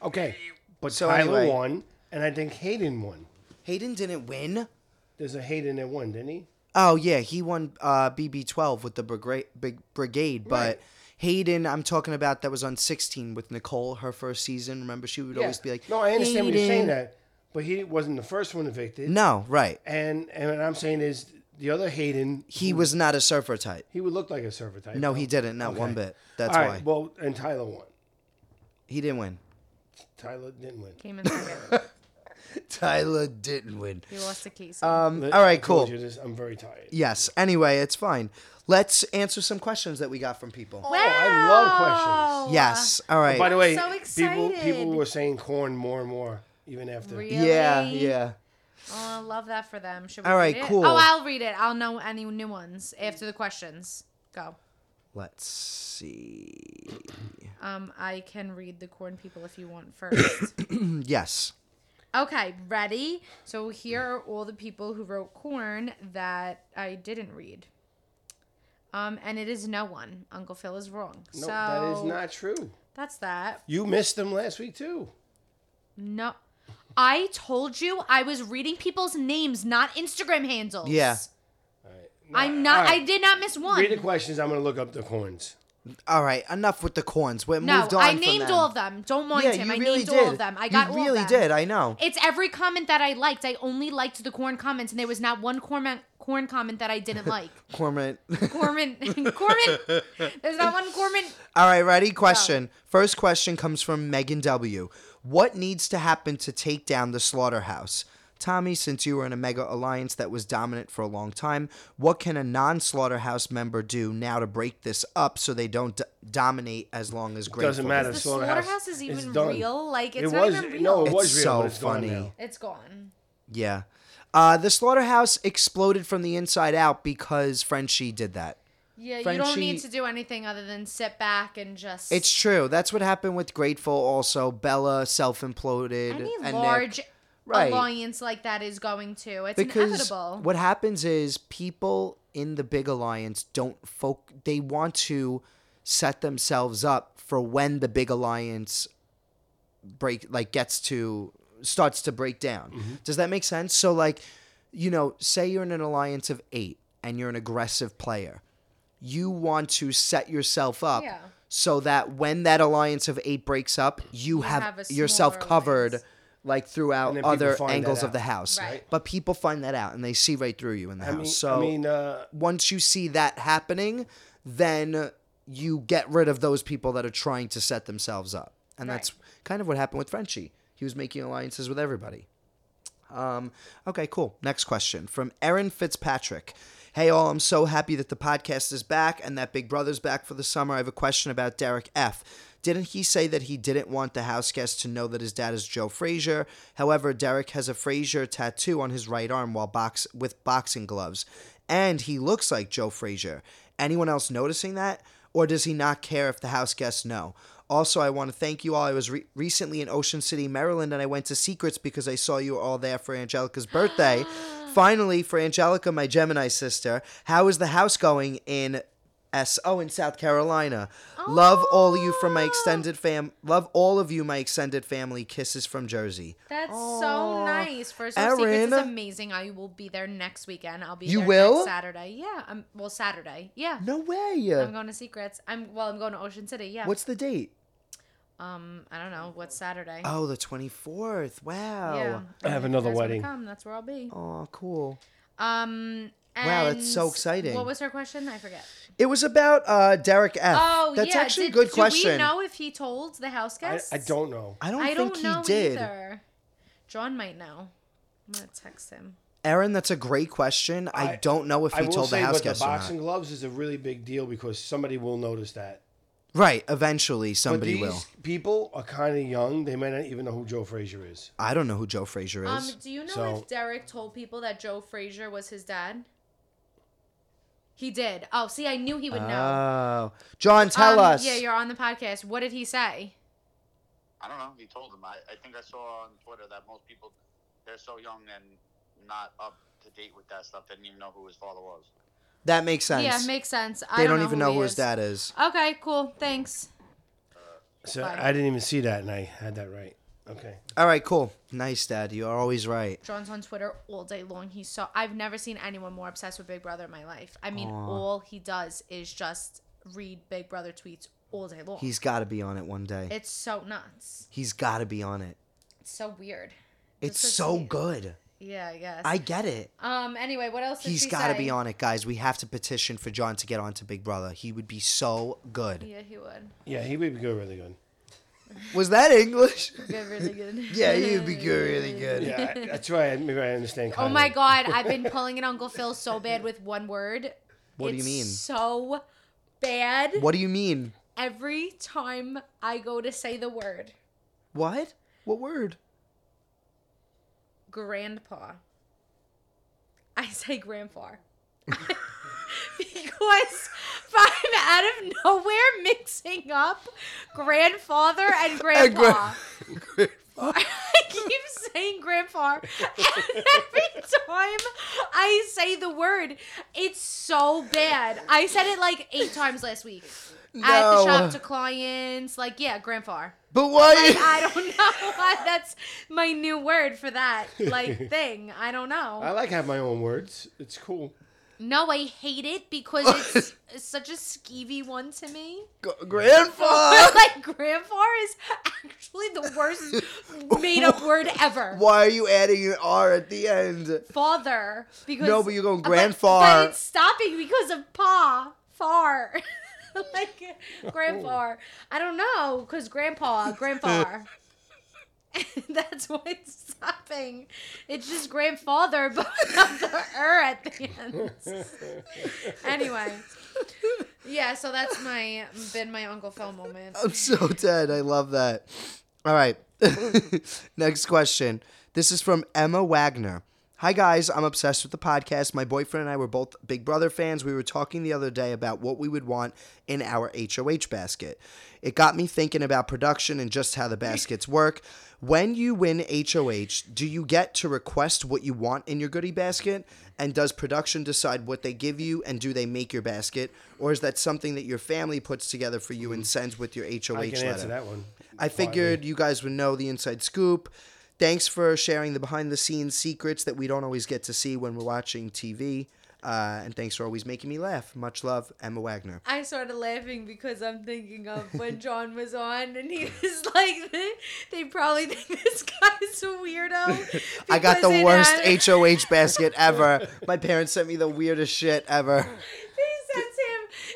S3: Okay, but
S1: So
S3: Tyler
S1: anyway-
S3: won, and I think Hayden won.
S1: Hayden didn't win.
S3: There's a Hayden that won, didn't he?
S1: Oh yeah, he won uh, BB12 with the brigade, big brigade, but
S3: Right.
S1: Hayden, I'm talking about that was on 16 with Nicole, her first season. Remember, she would always be like,
S3: no, I understand what you're saying
S1: "Hayden."
S3: that, but he wasn't the first one evicted.
S1: No, right?
S3: And and what I'm saying is the other Hayden,
S1: He was not a surfer type.
S3: he would look like a surfer type.
S1: No, he didn't. Not one bit. That's
S3: All
S1: why
S3: right, well, and Tyler won.
S1: he didn't win.
S3: Tyler didn't win.
S2: Came in second.
S1: Tyler didn't win.
S2: he lost to Casey.
S1: Um, all right,
S3: I told
S1: cool.
S3: you this, I'm very tired.
S1: Yes. Anyway, it's fine. Let's answer some questions that we got from people.
S3: Oh, I love questions.
S1: Yes. All right.
S3: By the way,
S2: so
S3: people people
S2: excited.
S3: were saying corn more and more even after.
S2: Really?
S1: yeah, yeah.
S2: Oh, I love that for them. Should we
S1: All
S2: All
S1: right,
S2: right,
S1: cool.
S2: Oh, I'll read it. I'll know any new ones after the questions. Go.
S1: Let's see.
S2: Um, I can read the corn people if you want first.
S1: Yes.
S2: okay, ready? So here are all the people who wrote corn that I didn't read. Um, and it is no one. Uncle Phil is wrong.
S3: No,
S2: so
S3: that is not true.
S2: That's that.
S3: You missed them last week too.
S2: No. I told you I was reading people's names, not Instagram handles.
S1: Yeah.
S3: All right.
S2: I'm not.
S3: all right.
S2: I did not miss one.
S3: Read the questions. I'm gonna look up the coins.
S1: All right, enough with the corns. We're
S2: No,
S1: moved on.
S2: I
S1: from
S2: named
S1: them.
S2: all of them. Don't mind
S1: Yeah,
S2: him.
S1: you
S2: I
S1: really
S2: named
S1: did.
S2: all of them. I got
S1: you
S2: all
S1: really
S2: of them.
S1: did. I know.
S2: It's every comment that I liked. I only liked the corn comments, and there was not one corn corn comment that I didn't like.
S1: Cormorant.
S2: Corman, Corman. There's not one Corman.
S1: All right, ready? Question. First question comes from Megan W. What needs to happen to take down the slaughterhouse? Tommy, since you were in a mega alliance that was dominant for a long time, what can a non slaughterhouse member do now to break this up so they don't d- dominate as long as Grateful?
S3: Doesn't matter.
S2: The
S3: slaughterhouse,
S2: slaughterhouse is even
S3: done.
S2: real? Like,
S3: it
S2: it's not
S3: was
S2: even real.
S3: no, it
S1: It's
S3: was real.
S1: so
S3: but it's gone
S1: funny.
S3: now.
S2: It's gone.
S1: Yeah. Uh, the slaughterhouse exploded from the inside out because Frenchie did that.
S2: Yeah, you don't
S1: Frenchie-
S2: need to do anything other than sit back and just.
S1: It's true. That's what happened with Grateful. Also, Bella self imploded.
S2: any
S1: and Nick.
S2: large
S1: Right.
S2: alliance like that is going to. It's
S1: because
S2: inevitable.
S1: what happens is people in the big alliance don't folk they want to set themselves up for when the big alliance break like gets to starts to break down
S3: Mm-hmm.
S1: does that make sense so like you know say you're in an alliance of eight and you're an aggressive player you want to set yourself up
S2: Yeah.
S1: so that when that alliance of eight breaks up you, have,
S2: have a
S1: yourself
S2: smaller
S1: covered
S2: alliance.
S1: like throughout
S3: then people
S1: other
S3: find that
S1: angles of
S3: out.
S1: the house
S2: Right.
S1: but people find that out and they see right through you in the
S3: I
S1: house.
S3: mean,
S1: so
S3: I mean, uh,
S1: once you see that happening, then you get rid of those people that are trying to set themselves up. And that's kind of what happened with Frenchie. He was making alliances with everybody. Um, okay, cool. Next question from Erin Fitzpatrick. Hey, all, I'm so happy that the podcast is back and that Big Brother's back for the summer. I have a question about Derek F. Didn't he say that he didn't want the house guests to know that his dad is Joe Frazier? However, Derek has a Frazier tattoo on his right arm while box with boxing gloves, and he looks like Joe Frazier. Anyone else noticing that? or does he not care if the house guests know? Also, I want to thank you all. I was re- recently in Ocean City, Maryland, and I went to Secrets because I saw you all there for Angelica's birthday. Finally, for Angelica, my Gemini sister, how is the house going in SO in South Carolina? Love all of you from my extended fam. Love all of you, my extended family. Kisses from Jersey.
S2: That's so nice. First off, Secrets is
S1: Erin.
S2: amazing. I will be there next weekend. I'll be
S1: You
S2: there
S1: will?
S2: next Saturday. Yeah. Um, well, Saturday. Yeah.
S1: No
S2: I'm
S1: way.
S2: going to Secrets. I'm well. I'm going to Ocean City. Yeah.
S1: What's the date?
S2: um? I don't know. What's Saturday?
S1: Oh, the twenty fourth. Wow.
S2: yeah.
S3: I have another
S2: If you guys wanna
S3: wedding.
S2: Come. That's where I'll be.
S1: Oh, cool.
S2: Um.
S1: Wow, that's
S2: and
S1: so exciting.
S2: What was her question? I forget.
S1: It was about uh, Derek F.
S2: Oh,
S1: that's
S2: yeah.
S1: actually
S2: Did-
S1: a good
S2: do
S1: question.
S2: we know if he told the house
S3: I,
S2: guests?
S3: I don't know.
S1: I don't
S2: I
S1: think
S2: don't know
S1: he did.
S2: either. John might know. I'm gonna text him.
S1: Aaron, that's a great question. I,
S3: I-
S1: don't know if
S3: I
S1: he
S3: will
S1: told
S3: say,
S1: the house
S3: but the
S1: guests or
S3: boxing
S1: not.
S3: gloves is a really big deal because somebody will notice that.
S1: Right, eventually
S3: But
S1: somebody
S3: these
S1: will.
S3: people are kind of young. They may not even know who Joe Frazier is.
S1: I don't know who Joe Frazier
S2: Um,
S1: is.
S2: do you know
S3: So-
S2: if Derek told people that Joe Frazier was his dad? He did. Oh, see, I knew he would know.
S1: oh, John, tell
S2: Um,
S1: us.
S2: Yeah, you're on the podcast. What did he say?
S6: I don't know. He told them. I, I think I saw on Twitter that most people, they're so young and not up to date with that stuff. They didn't even know who his father was.
S1: that makes sense.
S2: Yeah, makes sense. I
S1: they
S2: don't,
S1: don't, even know
S2: he
S1: who
S2: is.
S1: his dad is.
S2: Okay, cool. Thanks.
S3: So
S2: Fine.
S3: I didn't even see that, and I had that right. Okay.
S1: All right, cool. Nice, Dad. You are always right.
S2: John's on Twitter all day long. He's so I've never seen anyone more obsessed with Big Brother in my life. I mean, all he does is just read Big Brother tweets all day long.
S1: He's got to be on it one day.
S2: it's so nuts.
S1: He's got to be on it.
S2: It's so weird.
S1: It's
S2: Just
S1: so
S2: like-
S1: good.
S2: Yeah, I guess.
S1: I get it.
S2: um. Anyway, what else? Did
S1: He's
S2: he
S1: got to
S2: say?
S1: be on it, guys. We have to petition for John to get onto Big Brother. He would be so good.
S2: Yeah, he would.
S3: Yeah, he would be good, really good.
S1: Was that English?
S2: Good, really good.
S1: Yeah, you'd be good, really
S2: Mm.
S1: good.
S3: Yeah, I- that's why I, maybe I understand.
S2: Oh
S3: Kylie.
S2: my god, I've been calling it Uncle Phil so bad with one word.
S1: What do you
S2: It's
S1: mean?
S2: So bad.
S1: What do you mean?
S2: Every time I go to say the word
S1: What? What word?
S2: grandpa, I say grandpa. because I'm out of nowhere mixing up grandfather and
S1: And
S2: grandpa.
S1: gra-
S2: I keep saying grandpa, and every time I say the word, it's so bad. I said it like eight times last week at the
S1: No.
S2: shop to clients. Like, yeah, grandpa.
S1: But why?
S2: I don't know why that's my new word for that like thing. I don't know.
S3: I like have my own words. It's cool.
S2: No, I hate it because it's, it's such a skeevy one to me.
S1: G- grandpa.
S2: like grandpa is actually the worst made up word ever.
S1: Why are you adding an R at the end?
S2: Father because
S1: No, but you're going
S2: but-
S1: grandfar.
S2: But, it's stopping because of pa far. like grandpa. I don't know because grandpa grandpa. That's why it's stopping. It's just grandfather, but without the er at the end. anyway, yeah. So that's my been my Uncle Phil moment.
S1: I'm so dead. I love that. All right. Next question. This is from Emma Wagner. Hi, guys. I'm obsessed with the podcast. My boyfriend and I were both Big Brother fans. We were talking the other day about what we would want in our HOH basket. It got me thinking about production and just how the baskets work. When you win HOH, do you get to request what you want in your goodie basket? And does production decide what they give you and do they make your basket? Or is that something that your family puts together for you and sends with your HOH
S3: I can
S1: letter?
S3: answer that one.
S1: I figured you guys would know the inside scoop. Thanks for sharing the behind the scenes secrets that we don't always get to see when we're watching TV. Uh, and thanks for always making me laugh. Much love, Emma Wagner.
S2: I started laughing because I'm thinking of when John was on and he was like, they, they probably think this guy's a weirdo.
S1: I got
S2: because
S1: the
S2: it
S1: worst
S2: had-
S1: HOH basket ever. My parents sent me the weirdest shit ever.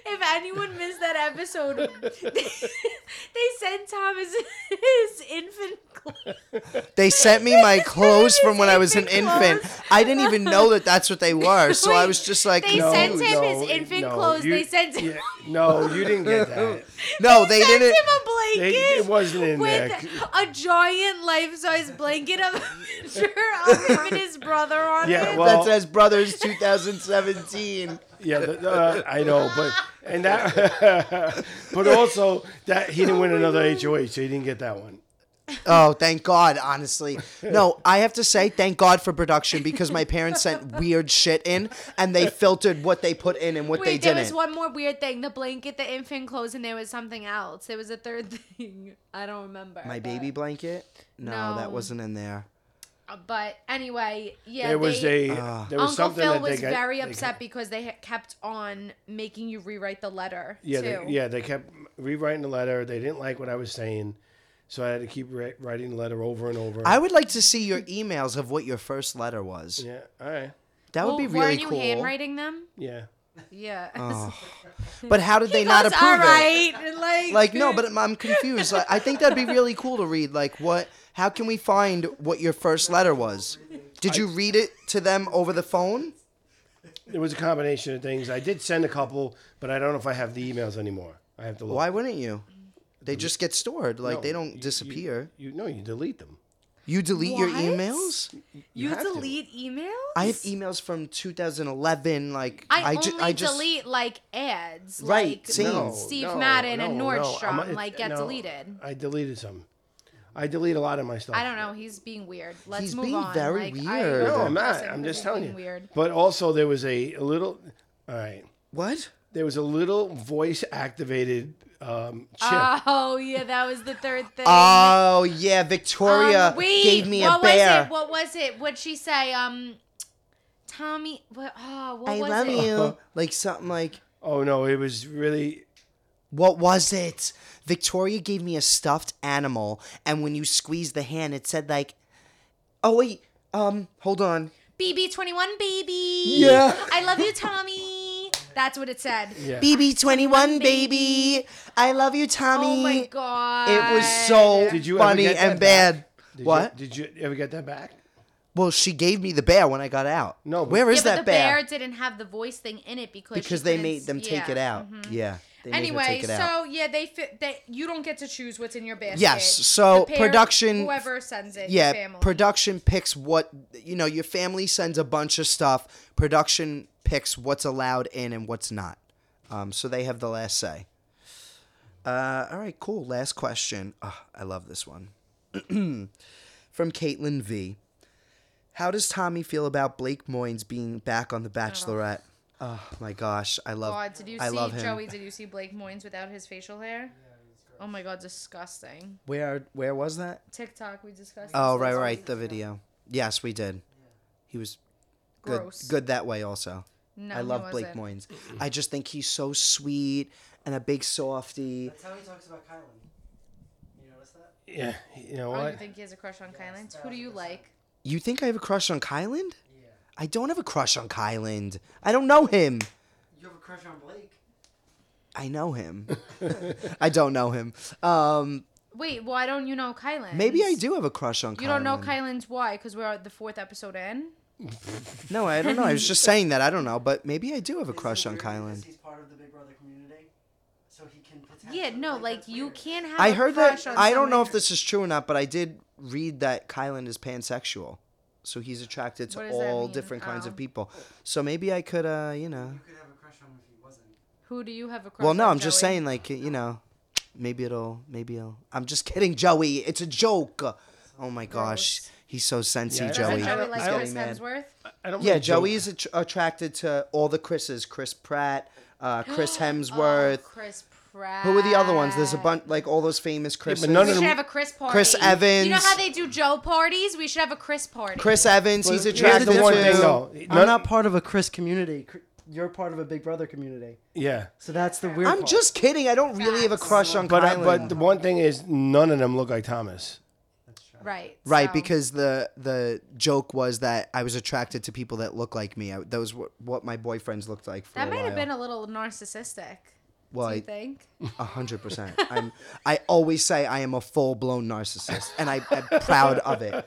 S2: They sent him, if anyone missed that episode, they, they sent Thomas his infant clothes.
S1: They sent me my clothes from when I was an
S2: Infant
S1: infant.
S2: clothes.
S1: I didn't even know that that's what they were. So I was just like,
S2: They
S1: no,
S2: sent him his infant clothes. They sent him-
S3: no, you didn't get that.
S1: no, they
S2: sent
S1: didn't.
S2: him a blanket.
S3: They- it wasn't in
S2: with
S3: there.
S2: a giant life-size blanket of a picture of him and his brother on
S3: Yeah,
S2: it.
S3: well-
S1: That says Brothers 2017.
S3: Yeah, the, uh, I know, but and that, but also that he didn't win another HOH, so he didn't get that one.
S1: Oh, thank God, honestly. No, I have to say thank God for production because my parents sent weird shit in and they filtered what they put in and what they
S2: Wait, there
S1: didn't.
S2: was one more weird thing: the blanket, the infant clothes, and there was something else. There was a third thing. I don't remember.
S1: my
S2: but-
S1: baby blanket? No, that
S2: No.
S1: wasn't in there.
S2: But anyway, yeah.
S3: There was
S2: they,
S3: a
S1: Ah.
S3: there was
S2: Uncle
S3: something
S2: Phil
S3: that they
S2: was
S3: got-
S2: very
S3: they
S2: upset
S3: kept-
S2: because they ha- kept on making you rewrite the letter
S3: yeah,
S2: too.
S3: they, yeah, they kept rewriting the letter. They didn't like what I was saying, so I had to keep ri- writing the letter over and over.
S1: I would like to see your emails of what your first letter was.
S3: yeah, all right,
S1: That would
S2: Well,
S1: be really
S2: weren't Oh, you
S1: cool.
S2: handwriting them?
S3: yeah.
S2: Yeah.
S1: But how did they
S2: He
S1: Uh. not
S2: goes,
S1: approve it?
S2: All right, and like,
S1: Like no, but I'm- I'm confused. Like, I think that'd be really cool to read. Like what? How can we find what your first letter was? Did you read it to them over the phone?
S3: It was a combination of things. I did send a couple, but I don't know if I have the emails anymore. I have to look.
S1: Why wouldn't you? They just get stored. Like
S3: No,
S1: they
S3: you-
S1: don't
S3: you-
S1: disappear.
S3: You no, you delete them.
S1: You, delete your
S2: What?
S1: emails?
S2: you,
S3: have to.
S2: delete emails.
S1: I have emails from 2011. Like
S2: I,
S1: ju-
S2: only delete like ads,
S1: Right,
S2: like
S1: same. No,
S2: Steve Madden and Nordstrom,
S3: I'm- it-
S2: like get
S3: no,
S2: deleted.
S3: I deleted some. I delete a lot of my stuff.
S2: I don't know. He's being weird. Let's
S1: He's
S2: move
S1: being
S2: on.
S1: very
S2: like,
S1: weird.
S2: I,
S3: No, I'm
S2: Yes,
S3: not.
S2: I
S3: I'm
S2: think
S3: just
S2: he's
S3: telling you.
S2: being Weird.
S3: But also, there was a, a little. All right,
S1: What?
S3: there was a little voice activated um, chip.
S2: Oh yeah, that was the third thing.
S1: Oh yeah, Victoria
S2: Um, wait,
S1: gave me a
S2: what
S1: bear.
S2: Was it? What was it? What'd she say? Um, Tommy. What? Oh, what
S1: I
S2: was
S1: love
S2: it?
S1: you. Like something like
S3: oh no, it was really.
S1: what was it? Victoria gave me a stuffed animal, and when you squeezed the hand, it said like, "Oh wait, um, hold on."
S2: BB twenty one baby.
S1: Yeah.
S2: I love you, Tommy. That's what it said.
S3: Yeah.
S1: BB21 baby, I love you, Tommy.
S2: Oh my god.
S1: It was so
S3: Did you ever
S1: funny
S3: get that
S1: and
S3: back?
S1: bad.
S3: Did
S1: what?
S3: You, did you ever get that back?
S1: Well, she gave me the bear when I got out.
S3: No, but-
S1: where
S2: Yeah,
S1: is
S2: but
S1: that
S2: the
S1: bear?
S2: bear didn't have the voice thing in it because she
S1: Because they
S2: couldn't
S1: made
S2: s-
S1: them take
S2: yeah. Mm-hmm.
S1: it out. Yeah. They made her
S2: Anyway,
S1: take it out.
S2: so yeah, they fit that you don't get to choose what's in your basket.
S1: Yes, so
S2: The parent-
S1: production-
S2: whoever sends it,
S1: Yeah,
S2: your family.
S1: production picks what you know. Your family sends a bunch of stuff. Production picks what's allowed in and what's not. Um, so they have the last say. Uh, all right, cool. Last question. Ugh, I love this one. From Caitlin V. How does Tommy feel about Blake Moynes being back on The Bachelorette? Oh, my gosh, I love.
S2: God, did you
S1: I
S2: see
S1: love him.
S2: Joey? Did you see Blake Moynes without his facial hair? Oh my god, disgusting.
S1: Where where was that?
S2: TikTok, we discussed.
S1: Oh
S2: this
S1: right,
S2: last
S1: right,
S2: week.
S1: the video. Yes, we did. He was good,
S2: Gross.
S1: good that way also.
S2: No,
S1: I
S2: he
S1: love Blake
S2: wasn't.
S1: Moynes. I just think he's so sweet and a big softy.
S4: That's how he talks about Kylan. You notice that?
S3: Yeah, you know
S2: Oh, you
S3: what?
S2: think he has a crush on Kylan? Who do you like?
S1: You think I have a crush on Kyland? I don't have a crush on Kyland. I don't know him.
S4: You have a crush on Blake.
S1: I know him. I don't know him. Um,
S2: Wait, why don't you know Kylan?
S1: maybe I do have a crush on.
S2: You don't know Kylan's why? Because we're at the fourth episode in.
S1: No, I don't know. I was just saying that. I don't know, but maybe I do have a
S4: Is it
S1: crush on
S4: weird because
S1: Kylan.
S4: He's part of the Big Brother community, so he can. potentially-
S2: Yeah, no, like
S4: that's
S2: you
S4: weird.
S2: can't have.
S1: I
S2: a
S1: heard that.
S2: crush on
S1: I don't know
S2: someone-
S1: if this is true or not, but I did read that Kylan is pansexual, so he's attracted
S2: What
S1: to
S2: does that
S1: all
S2: mean?
S1: different kinds
S2: Oh.
S1: of people. So maybe I could, uh, you know.
S4: You could have a crush on him if he wasn't.
S2: Who do you have a crush?
S1: Well, no,
S2: on,
S1: I'm just
S2: Joey?
S1: saying, like, you know, maybe it'll, maybe it'll. I'm just kidding, Joey. It's a joke. Oh my gosh, he's so sensy,
S3: Yeah, I-
S1: Joey.
S2: Doesn't Joey
S3: I-
S2: like
S1: He's
S3: I-
S2: Chris
S1: getting mad.
S2: Hemsworth?
S3: I don't
S1: Yeah,
S3: like
S1: Joey
S3: Joe-
S1: is att- attracted to all the Chris's: Chris Pratt, uh, Chris Hemsworth.
S2: Oh, Chris Pratt.
S1: Who were the other ones? There's a bunch, like all those famous Chris's.
S3: none
S2: We
S3: of
S2: should
S3: them-
S2: have a Chris party.
S1: Chris
S2: You know
S1: Evans.
S2: how they do Joe parties? We should have a Chris party.
S1: Chris Evans, he's
S3: Here's
S1: attracted
S3: the one
S1: to.
S3: thing, though.
S4: I'm
S3: None-
S4: not part of a Chris community. Cr- You're part of a Big Brother community,
S3: Yeah,
S4: so that's the weird.
S1: I'm
S4: part.
S1: just kidding. I don't really have a crush on
S3: but I,
S1: Kylan.
S3: but the one thing is, none of them look like Thomas.
S2: Right.
S1: right,
S2: so-
S1: because the the joke was that I was attracted to people that look like me. I, that was what, what my boyfriends looked like for
S2: that
S1: a
S2: might
S1: while.
S2: have been a little narcissistic.
S1: well,
S2: do
S1: I-
S2: you think?
S1: A hundred percent. I'm. I always say I am a full blown narcissist, and I, I'm proud of it.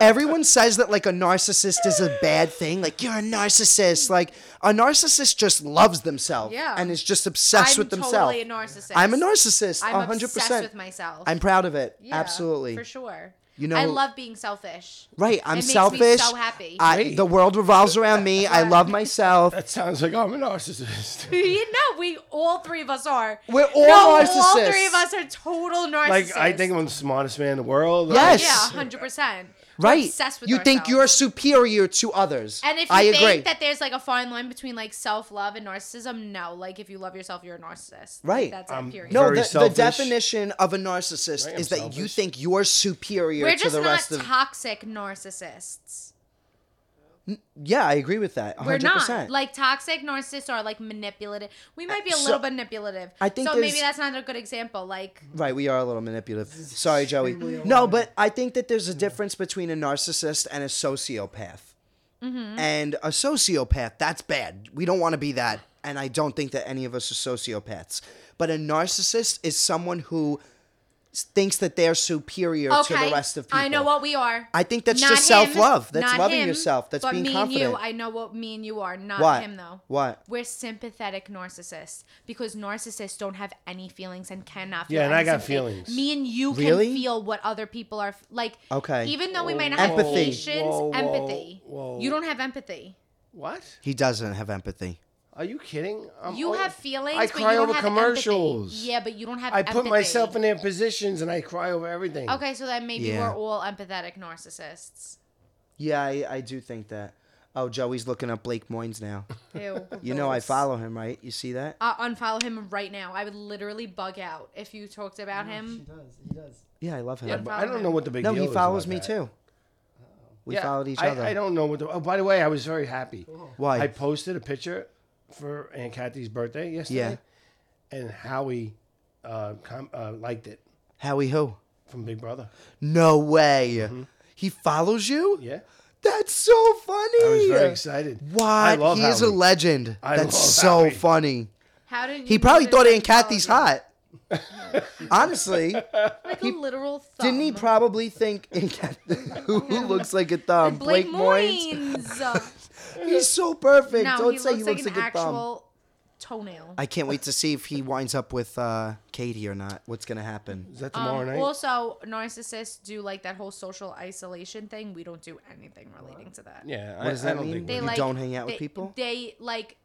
S1: Everyone says that like a narcissist is a bad thing. Like you're a narcissist. Like a narcissist just loves themselves.
S2: Yeah.
S1: And is just obsessed
S2: I'm
S1: with themselves.
S2: totally a narcissist.
S1: I'm a narcissist.
S2: I'm
S1: A hundred
S2: obsessed
S1: percent.
S2: with myself.
S1: I'm proud of it.
S2: Yeah,
S1: Absolutely.
S2: for sure.
S1: You know-
S2: I love being selfish.
S1: Right. I'm
S2: makes me
S1: selfish.
S2: so happy.
S1: I,
S3: Great.
S1: the world revolves around me. I love myself.
S3: That sounds like I'm a narcissist.
S2: no, we all three of us are.
S1: We're all
S2: no, All
S1: narcissists.
S2: three of us are total narcissists.
S3: like I think I'm the smartest man in the world.
S1: Yes.
S2: Yeah, hundred percent.
S1: Right.
S2: obsessed with
S1: you think
S2: ourselves.
S1: you're superior to others.
S2: And if you
S1: I
S2: think
S1: agree.
S2: that there's like a fine line between like self love and narcissism, no. Like if you love yourself, you're a narcissist. Like,
S1: Right.
S2: that's it.
S3: I'm
S2: Period.
S1: No,
S3: Very
S1: the, the
S3: selfish.
S1: definition of a narcissist
S3: Right, I'm
S1: is that you
S3: selfish.
S1: think you're superior
S2: We're
S1: to
S2: just
S1: the
S2: not
S1: rest of.
S2: toxic narcissists.
S1: yeah, I agree with that. 100%.
S2: We're not like toxic narcissists are like manipulative. We might be a
S1: so-
S2: little manipulative.
S1: I think
S2: so. Maybe
S1: there's-
S2: that's not a good example. Like
S1: right, we are a little manipulative. Sorry, Joey. No, but I think that there's a difference between a narcissist and a sociopath.
S2: Mm-hmm.
S1: And a sociopath, that's bad. We don't want to be that. And I don't think that any of us are sociopaths. But a narcissist is someone who s- thinks that they're superior
S2: okay,
S1: to the rest of people.
S2: I know what we are.
S1: I think that's
S2: Not
S1: just
S2: him,
S1: self-love. That's
S2: not
S1: loving
S2: him,
S1: yourself. That's
S2: but
S1: being
S2: me And
S1: confident.
S2: you, I know what me and you are. Not
S1: What?
S2: him though.
S1: What?
S2: We're sympathetic narcissists because narcissists don't have any feelings and cannot. Feel
S3: Yeah, and I
S2: any
S3: got
S2: sympathy.
S3: feelings.
S2: Me and you
S1: Really?
S2: can feel what other people are f- like.
S1: Okay.
S2: Even though we might not have
S1: Empathy.
S2: patience,
S3: Whoa, whoa,
S2: empathy.
S3: whoa.
S2: You don't have empathy.
S3: What?
S1: He doesn't have empathy.
S3: Are you kidding? I'm
S2: You
S3: old.
S2: have feelings.
S3: I
S2: but
S3: cry
S2: you don't
S3: over
S2: have
S3: commercials.
S2: Empathy. Yeah, but you don't have.
S3: I put
S2: empathy.
S3: myself in their positions and I cry over everything.
S2: Okay, so then maybe
S1: Yeah.
S2: we're all empathetic narcissists.
S1: Yeah, I, I do think that. Oh, Joey's looking up Blake Moynes now.
S2: Ew.
S1: You know I follow him, right? You see that?
S2: Uh, unfollow him right now. I would literally bug out if you talked about
S4: She
S2: him.
S4: does. He does.
S1: Yeah, I love him.
S3: But I don't know what the big
S1: no,
S3: deal
S1: he
S3: is
S1: follows
S3: about
S1: me
S3: that.
S1: too. We
S3: Yeah,
S1: followed each
S3: I-
S1: other.
S3: I don't know what the. Oh, by the way, I was very happy.
S1: Why?
S3: I posted a picture for Aunt Kathy's birthday yesterday, and Howie uh, com- uh, liked it
S1: Howie who?
S3: from Big Brother.
S1: No way. He follows you?
S3: Mm-hmm. Yeah,
S1: That's so funny.
S3: I was very excited.
S1: What?
S3: I love
S1: he is a
S3: Howie.
S1: legend.
S3: I
S1: That's
S3: love
S1: so
S3: Howie.
S1: funny.
S2: How did
S1: He probably thought Aunt Kathy's hot. Honestly,
S2: Like a literal thumb.
S1: didn't he probably think Aunt Kathy, who looks like a thumb?
S2: Blake,
S1: Blake, Moynes.
S2: Moynes.
S1: He's so perfect.
S2: no,
S1: Don't
S2: he
S1: say
S2: looks
S1: he
S2: like
S1: looks
S2: an
S1: like, a thumb.
S2: actual toenail.
S1: I can't wait to see if he winds up with uh, Katie or not. What's gonna happen?
S3: Is that tomorrow night?
S2: Um, Also, narcissists do like that whole social isolation thing. We don't do anything relating to that.
S3: yeah,
S1: What
S3: I,
S1: does
S3: I
S1: that
S3: don't
S1: mean?
S3: think
S1: They
S3: we-
S1: You don't hang out with
S2: they-
S1: people?
S2: They like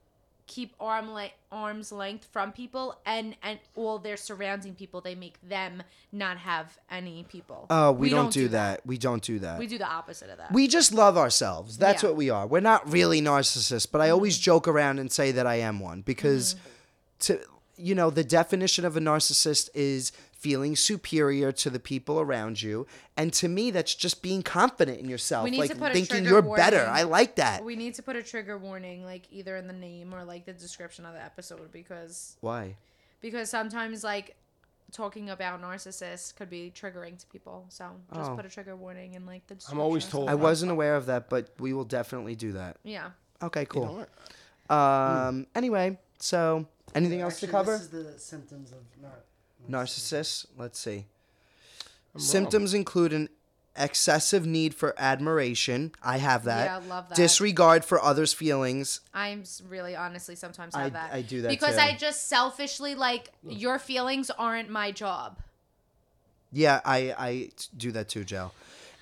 S2: keep arm like arms length from people and and all their surrounding people. They make them not have any people.
S1: Oh, we, don't, do that. We don't do that.
S2: We
S1: We,
S2: do the opposite of that.
S1: just love ourselves. That's
S2: Yeah. Mm-hmm.
S1: what we are. We're not really narcissists, but I always joke around and say that I am one because to you know, the definition of a narcissist is feeling superior to the people around you. And to me, that's just being confident in yourself,
S2: We need
S1: like
S2: to put a
S1: thinking
S2: trigger
S1: you're better.
S2: warning.
S1: I like that.
S2: We need to put a trigger warning, like either in the name or like the description of the episode, because
S1: Why?
S2: because sometimes like talking about narcissists could be triggering to people. So just
S1: Oh.
S2: put a trigger warning in like the.
S3: I'm always
S2: description or
S3: told.
S1: I wasn't aware of that, but we will definitely do that.
S2: something. Yeah.
S1: Okay,
S3: You know
S1: cool.
S3: what?
S1: Um, anyway, so anything else to
S4: Actually,
S1: cover?
S4: This is the symptoms of nar-
S1: Narcissists. Let's see.
S3: I'm
S1: Symptoms include an excessive need for admiration. I have that.
S2: Yeah, I love that.
S1: Disregard for others' feelings.
S2: I'm s- really honestly sometimes have
S1: I-
S2: that.
S1: I do that
S2: because
S1: too.
S2: I just selfishly like your feelings aren't my job.
S1: Yeah, I I do that too, Joe.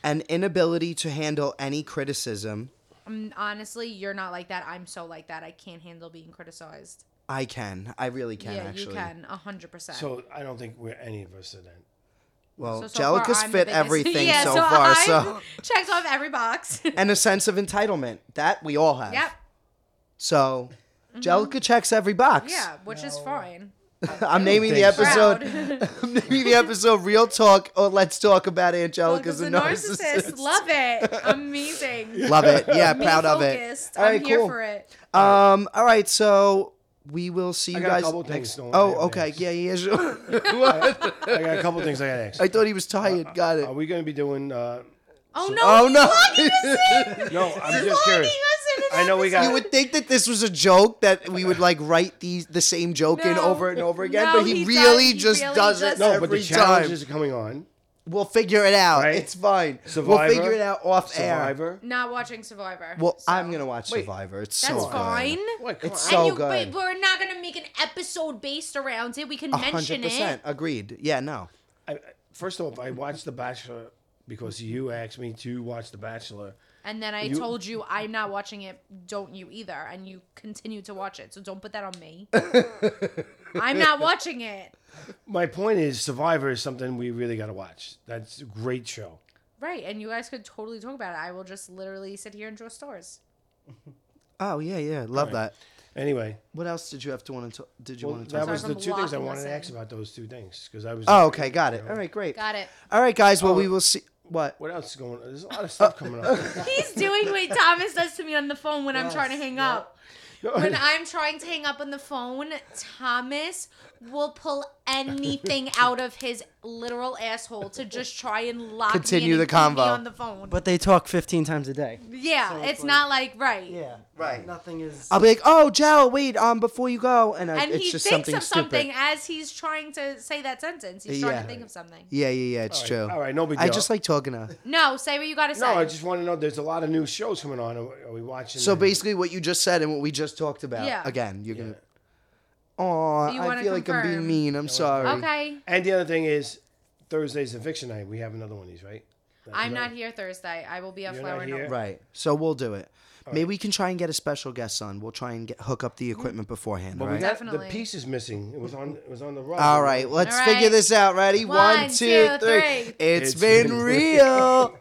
S1: An inability to handle any criticism.
S2: Mm, honestly, you're not like that. I'm so like that. I can't handle being criticized.
S1: I can. I really can
S2: yeah,
S1: actually.
S2: you can, a hundred percent.
S3: So I don't think we're any of us are that.
S1: Well,
S2: So, so far,
S1: Jellica's
S2: I'm the
S1: fit
S2: biggest-
S1: everything
S2: Yeah,
S1: so,
S2: so
S1: far.
S2: I'm-
S1: So
S2: checked off every box.
S1: and a sense of entitlement that we all have.
S2: yep. Mm-hmm.
S1: So Jellica checks every box.
S2: Yeah, which is
S4: No.
S2: fine.
S1: I'm naming the
S3: Thanks.
S1: episode.
S2: Proud.
S1: I'm naming the episode "Real Talk" or "Let's Talk About Angelica's
S2: Because
S1: a
S2: a narcissist.
S1: Narcissist."
S2: Love it. Amazing.
S1: Love it. Yeah, proud of it.
S2: focused.
S1: All right,
S2: I'm here
S1: cool.
S2: for it.
S1: Um, all right, so we will see you
S3: I got a
S1: guys
S3: couple
S1: next.
S3: things going
S1: oh,
S3: on
S1: okay.
S3: next.
S1: Yeah, yeah, sure. What?
S3: I got a couple things I got to ask.
S1: I thought he was tired. Got it.
S3: Are we going to be doing? Uh,
S2: Oh no.
S1: Oh
S2: he's
S1: no!
S2: Logging us in.
S3: no, I'm
S2: He's logging
S3: just curious.
S2: us in.
S3: I know we got.
S1: you would think that this was a joke that we would like write these the same joke in
S2: No.
S1: over and over again,
S2: No,
S1: but he,
S2: he
S1: really
S2: does- he
S1: just
S2: really
S1: does
S2: does
S1: it
S2: that.
S3: no,
S1: every
S3: but the
S1: time.
S3: challenges are coming on.
S1: we'll figure it out.
S3: Right?
S1: It's fine.
S3: Survivor.
S1: We'll figure it out off air.
S3: Survivor.
S2: Not watching Survivor.
S1: Well,
S2: so-
S1: I'm gonna watch Survivor. It's
S2: That's
S1: so good.
S2: fine.
S3: Wait, come
S1: It's
S3: on.
S1: so-
S2: and you,
S1: good.
S2: But we're not gonna make an episode based around it. We can
S1: A
S2: mention
S1: hundred
S2: it.
S1: percent agreed. Yeah, no.
S3: I, I- first off, I watched The Bachelor because you asked me to watch The Bachelor.
S2: And then I
S3: You-
S2: told you I'm not watching it. Don't you either? And you continue to watch it. So don't put that on me. I'm not watching it.
S3: My point is, Survivor is something we really got to watch. That's a great show.
S2: Right, and you guys could totally talk about it. I will just literally sit here and draw stars.
S1: Oh yeah, yeah, love that.
S3: Anyway,
S1: What else did you have to want to? Did you
S3: well,
S1: want to
S3: that
S1: talk?
S3: was
S2: Sorry
S3: the
S2: for
S3: two things I
S2: blocking
S3: wanted
S2: us
S3: to ask
S2: in.
S3: about those two things because I was.
S1: Oh, okay, got it. All right, great.
S2: Got it.
S1: All right, guys. Well, we
S3: Oh.
S1: will see. What?
S3: What else is going? on? There's a lot of stuff coming up.
S2: He's doing what Thomas does to me on the phone when I'm trying to hang up. When I'm trying to hang up on the phone, Thomas will pull anything out of his literal asshole to just try and lock
S1: Continue
S2: me in
S1: the
S2: and keep me
S1: convo.
S2: on the phone.
S4: But they talk 15 times a day.
S2: yeah,
S4: So
S2: it's
S4: it's like-
S2: not like right.
S4: Yeah.
S1: Right.
S4: Nothing is.
S1: I'll be like, oh, Joe, wait, um, before you go, and, I,
S2: And
S1: it's
S2: he
S1: just
S2: thinks
S1: something
S2: of something
S1: stupid.
S2: as he's trying to say that sentence. He's trying
S1: Yeah.
S2: to think of something.
S1: Yeah, yeah, yeah. It's
S3: All right,
S1: true.
S3: all right, no big
S1: I
S3: deal.
S1: just like talking to.
S2: No, say what you gotta say.
S3: No, I just want to know. There's a lot of new shows coming on. Are we- are we watching?
S1: So
S3: the-
S1: basically, what you just said and what we just talked about.
S2: Yeah.
S1: Again, you're gonna.
S3: Yeah.
S1: Oh,
S2: You
S1: I
S2: wanna
S1: feel like I'm being
S2: confirm.
S1: mean. I'm sorry.
S2: okay.
S3: And the other thing is, Thursday's eviction night. We have another one of these, right?
S2: I'm not here Thursday. I will be on
S3: You're
S2: Flower
S3: not
S2: Note.
S3: here?
S1: Right. So we'll do it. Maybe we can try and get a special guest on. We'll try and get, hook up
S2: Mm-hmm.
S1: the equipment beforehand.
S3: But
S1: all
S3: we
S1: right.
S3: got
S2: Definitely.
S3: the piece is missing. It was on. It was on the rug.
S1: All right. Let's
S2: All
S1: figure
S2: right.
S1: this out. Ready?
S2: One,
S1: One, two,
S2: two,
S1: three.
S2: three.
S1: it's been real.